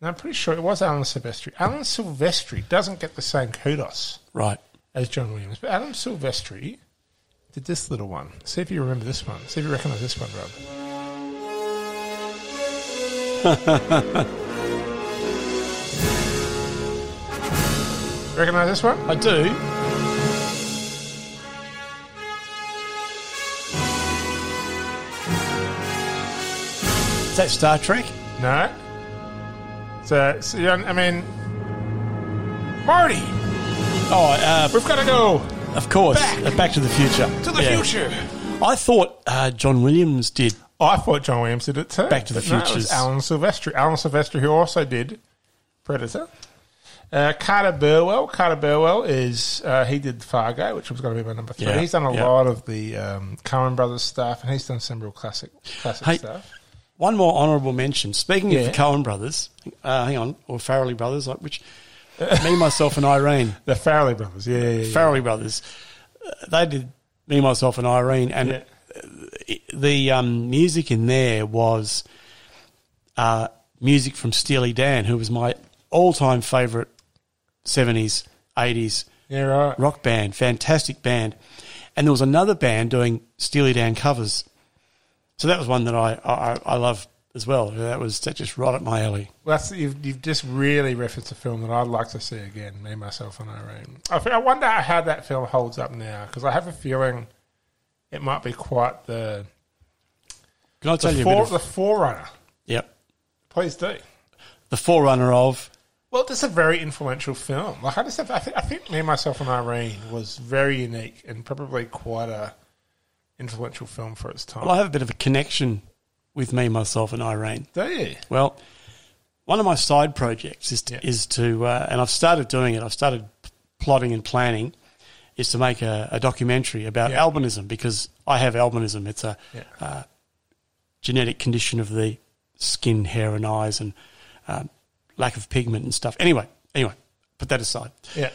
A: And I'm pretty sure it was Alan Silvestri. Alan Silvestri doesn't get the same kudos
B: Right.
A: as John Williams, but Alan Silvestri did this little one. See if you remember this one. See if you recognise this one, Rob. recognise this one?
B: I do. Is that Star Trek?
A: No. So, so you don't- I mean, Marty,
B: Oh, uh,
A: we've got to go
B: of course.
A: Back.
B: Back, to the Future.
A: to the
B: Yeah.
A: future.
B: I thought uh, John Williams did.
A: I thought John Williams did it too.
B: Back to the
A: but no, it was
B: Futures.
A: Alan Silvestri. Alan Silvestri, who also did Predator. Uh, Carter Burwell. Carter Burwell is uh, he did Fargo, which was going to be my number three.
B: Yeah,
A: He's done a
B: yeah.
A: lot of the um, Coen Brothers stuff, and he's done some real classic classic
B: Hey,
A: stuff.
B: One more honourable mention. Speaking
A: Yeah.
B: of the Cohen brothers, uh, hang on, or Farrelly brothers, like which me, myself, and Irene.
A: The Farrelly brothers, yeah, yeah, yeah.
B: Farrelly brothers. Uh, they did me, myself, and Irene, and uh,
A: Yeah.
B: the um, music in there was uh, music from Steely Dan, who was my all-time favourite seventies, eighties
A: yeah, right.
B: rock band, fantastic band. And there was another band doing Steely Dan covers. So that was one that I I, I love as well. That was that just right up my alley.
A: Well, that's you've, you've just really referenced a film that I'd like to see again. Me, myself, and Irene. I, fe- I wonder how that film holds up now because I have a feeling it might be quite the
B: Can I tell
A: the,
B: you
A: fore,
B: a bit
A: the
B: of,
A: forerunner.
B: Yep.
A: Please do.
B: The forerunner of
A: Well, this is a very influential film. Like I just have, I, think, I think me, myself, and Irene was very unique and probably quite a influential film for its time.
B: well, I have a bit of a connection with me, myself and Irene.
A: do you?
B: Well, one of my side projects is to,
A: Yeah.
B: is to uh, and I've started doing it. I've started p- plotting and planning is to make a, a documentary about
A: Yeah.
B: albinism because I have albinism. It's a
A: Yeah.
B: uh, genetic condition of the skin, hair, and eyes, and um, lack of pigment and stuff. Anyway, anyway, put that aside.
A: Yeah.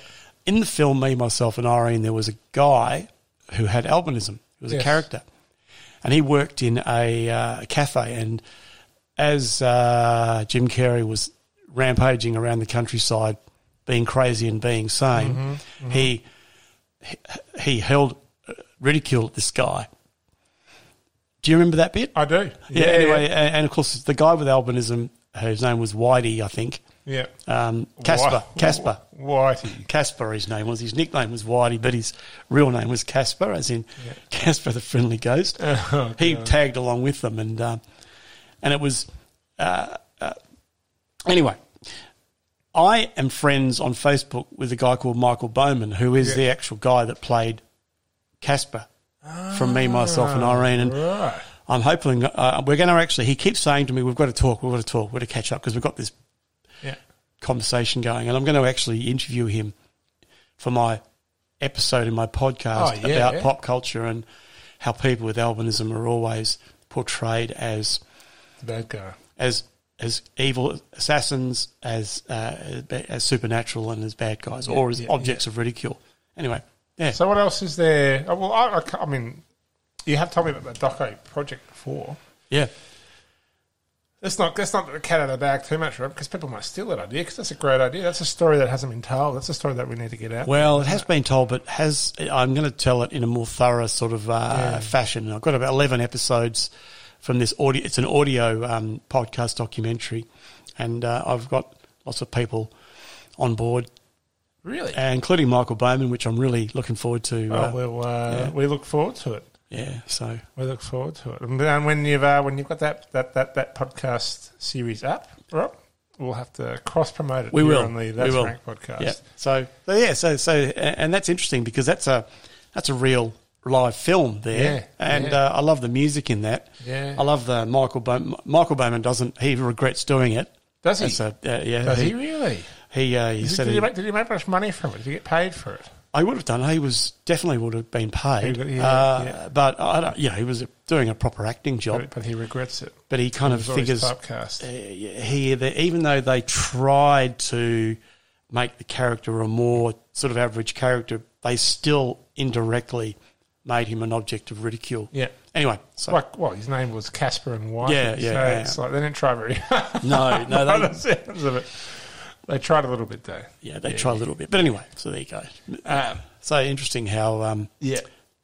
B: In the film, me, myself, and Irene, there was a guy who had albinism. He was
A: Yes.
B: a character, and he worked in a uh, cafe. And as uh, Jim Carrey was rampaging around the countryside, being crazy and being sane, he he he held uh, ridicule at this guy. Do you remember that bit?
A: I do.
B: Uh, yeah, Anyway, a- and of course, the guy with albinism, whose name was Whitey, I think.
A: Yeah.
B: Um, Casper.
A: Whi-
B: Casper.
A: Whitey.
B: Casper, his name was. His nickname was Whitey, but his real name was Casper, as in Casper the Friendly Ghost. he tagged along with them, and uh, and it was uh, uh, anyway. I am friends on Facebook with a guy called Michael Bowman, who is the actual guy that played Casper from Me, Myself, and Irene. And
A: Right.
B: I'm hoping uh, we're going to actually. He keeps saying to me, "We've got to talk. We've got to talk. We've got to catch up because we've got this
A: Yeah.
B: conversation going, and I'm going to actually interview him for my episode in my podcast
A: Oh, yeah,
B: about
A: yeah.
B: pop culture and how people with albinism are always portrayed as
A: The bad guy.
B: as as evil assassins, as uh, as supernatural, and as bad guys, or as
A: yeah,
B: objects of ridicule. Anyway, yeah,
A: So what else is there? Oh, well, I, I, ca- I mean, you have told me about the Doco project before.
B: yeah,
A: Let's not let's not let the cat out of the bag too much, right? Because people might steal that idea. Because that's a great idea. That's a story that hasn't been told. That's a story that we need to get out.
B: Well, it has been told, but has I'm going to tell it in a more thorough sort of uh, fashion. And I've got about eleven episodes from this audio. It's an audio um, podcast documentary, and uh, I've got lots of people on board,
A: really?
B: uh, including Michael Bowman, which I'm really looking forward to.
A: Well,
B: uh,
A: we'll, uh, we look forward to it.
B: yeah, so
A: We look forward to it. And then when you've uh, when you've got that that that, that podcast series up, Rob, we'll have to cross promote it.
B: we
A: here
B: will.
A: on the That's
B: we will.
A: Frank podcast.
B: Yeah. So, so yeah. So so a- and that's interesting because that's a that's a real live film there,
A: Yeah,
B: and
A: yeah.
B: Uh, I love the music in that.
A: Yeah.
B: I love the Michael Bowman. Michael Bowman doesn't. He regrets doing it.
A: Does he?
B: That's a- uh, yeah.
A: Does
B: he?
A: he really?
B: he, uh, he
A: Did,
B: said
A: did,
B: he-
A: you make, did you make much money from it? Did you get paid for it?
B: I would have done. He was definitely would have been paid.
A: He would- yeah,
B: uh,
A: yeah.
B: But I don't, you know, he was doing a proper acting job.
A: But, but he regrets it.
B: But he kind of
A: He's always
B: figures
A: typecast.
B: he the, even though they tried to make the character a more sort of average character, they still indirectly made him an object of ridicule.
A: Yeah.
B: Anyway, so
A: Like, well, his name was Casper and White.
B: Yeah,
A: so
B: yeah, yeah.
A: It's like they didn't try very hard.
B: no, no,
A: by
B: they,
A: the sounds of it. They tried a little bit though.
B: yeah, they try a little bit, but anyway, so there you go. Uh,
A: Um,
B: So interesting how um,
A: yeah,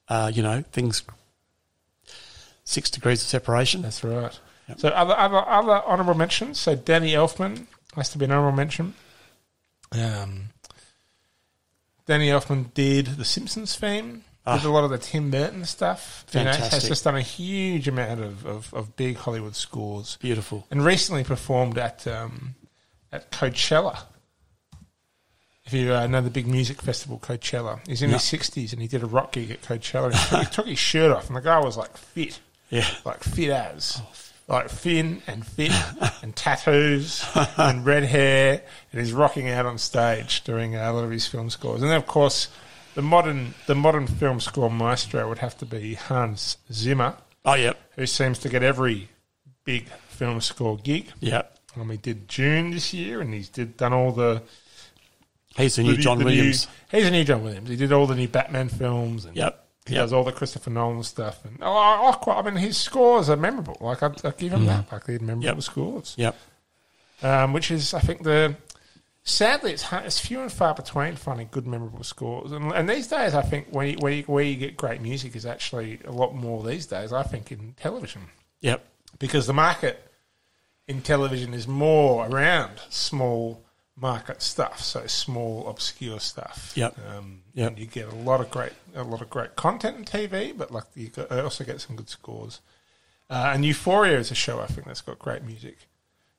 B: uh, you know things six degrees of separation.
A: that's right. So other other other honourable mentions. So Danny Elfman has to be an honourable mention. Um, Danny Elfman did the Simpsons theme. Did a lot of the Tim Burton stuff. You know, has
B: Fantastic.
A: just done a huge amount of, of, of big Hollywood scores.
B: Beautiful.
A: and recently performed at um, at Coachella. If you uh, know the big music festival, Coachella, he's in his sixties and he did a rock gig at Coachella. He took, he took his shirt off, and the guy was like fit,
B: Yeah.
A: like fit as,
B: Oh,
A: like thin and fit, and tattoos and red hair, and he's rocking out on stage doing uh, a lot of his film scores. And then, of course, the modern the modern film score maestro would have to be Hans Zimmer,
B: Oh yeah,
A: who seems to get every big film score gig.
B: yeah.
A: Um, he did June this year, and he's did done all the,
B: He's the
A: the
B: new John
A: the
B: Williams.
A: New, he's a new John Williams. He did all the new Batman films, and
B: Yep.
A: he
B: Yep.
A: does all the Christopher Nolan stuff. And oh, I, I, quite, I mean, his scores are memorable. Like I, I give him that, like they're memorable
B: Yep.
A: scores.
B: Yep.
A: Um, which is, I think, the sadly it's hard, it's few and far between finding good memorable scores. And, and these days, I think where you, where you, where you get great music is actually a lot more these days. I think in television
B: Yep.
A: because the market in television is more around small market stuff, so small obscure stuff.
B: Yep.
A: Um,
B: Yep.
A: and you get a lot of great a lot of great content in TV, but like you got, also get some good scores. Uh, and Euphoria is a show I think that's got great music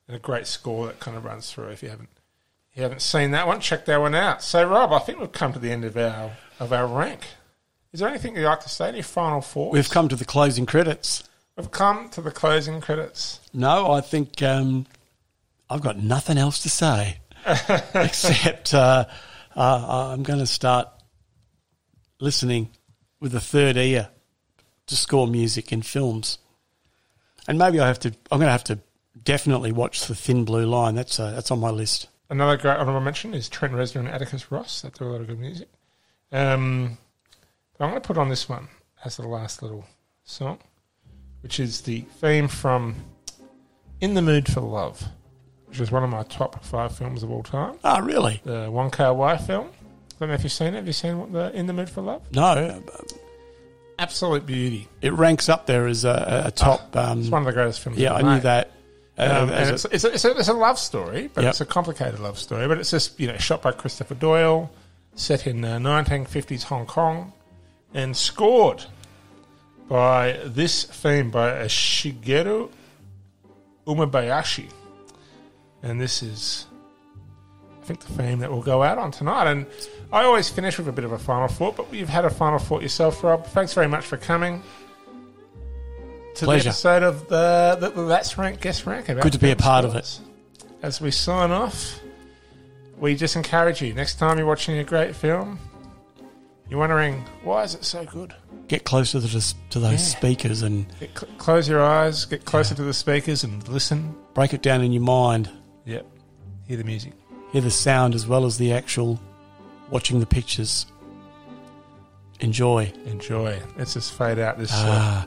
A: and a great score that kind of runs through. If you haven't if you haven't seen that one, check that one out. So Rob, I think we've come to the end of our of our rank. Is there anything you'd like to say? Any final thoughts?
B: We've come to the closing credits.
A: we've come to the closing credits.
B: No, I think um, I've got nothing else to say except uh, uh, I'm going to start listening with a third ear to score music in films, and maybe I have to. I'm going to have to definitely watch the Thin Blue Line. That's uh, that's on my list.
A: Another great honorable mention is Trent Reznor and Atticus Ross. They do a lot of good music. Um, but I'm going to put on this one as the last little song, which is the theme from In the Mood for Love, which is one of my top five films of all time.
B: Oh, really?
A: The One Car Wai film. I don't know if you've seen it. Have you seen what the In the Mood for Love?
B: No,
A: Absolute beauty.
B: it ranks up there as a, a top.
A: It's
B: Um,
A: one of the greatest films.
B: yeah, I
A: ever
B: knew
A: made.
B: that. Uh,
A: Um, and
B: as a-
A: it's, it's, a, it's, a, it's a love story, but
B: Yep.
A: it's a complicated love story. But it's just you know shot by Christopher Doyle, set in uh, 1950s Hong Kong, and scored by this theme by uh, Shigeru Umebayashi, and this is. I think the theme that will go out on tonight, and I always finish with a bit of a final thought. But you've had a final thought yourself, Rob. Thanks very much for coming to
B: Pleasure.
A: the episode of the, the, the That's Rank Guess Rank. About
B: Good to be a
A: film
B: part of
A: scores. As we sign off, we just encourage you. Next time you're watching a great film, you're wondering why is it so good.
B: get closer to, the, to those
A: Yeah.
B: speakers and
A: Get cl- close your eyes, get closer to the speakers, and listen.
B: break it down in your mind.
A: Yep, hear the music.
B: Hear the sound as well as the actual watching the pictures. Enjoy.
A: Enjoy. Let's just fade out this. uh,
B: Ah,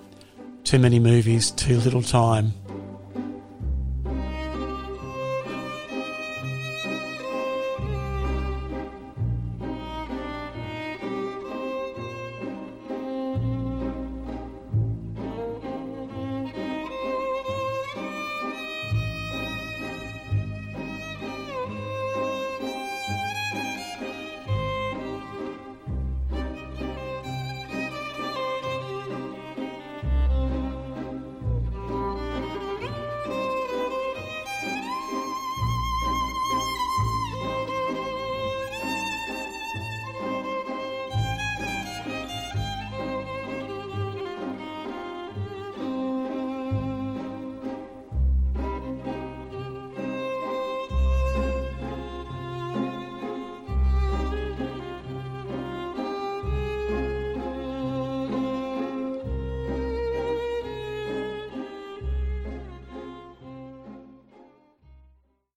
B: too many movies, too little time.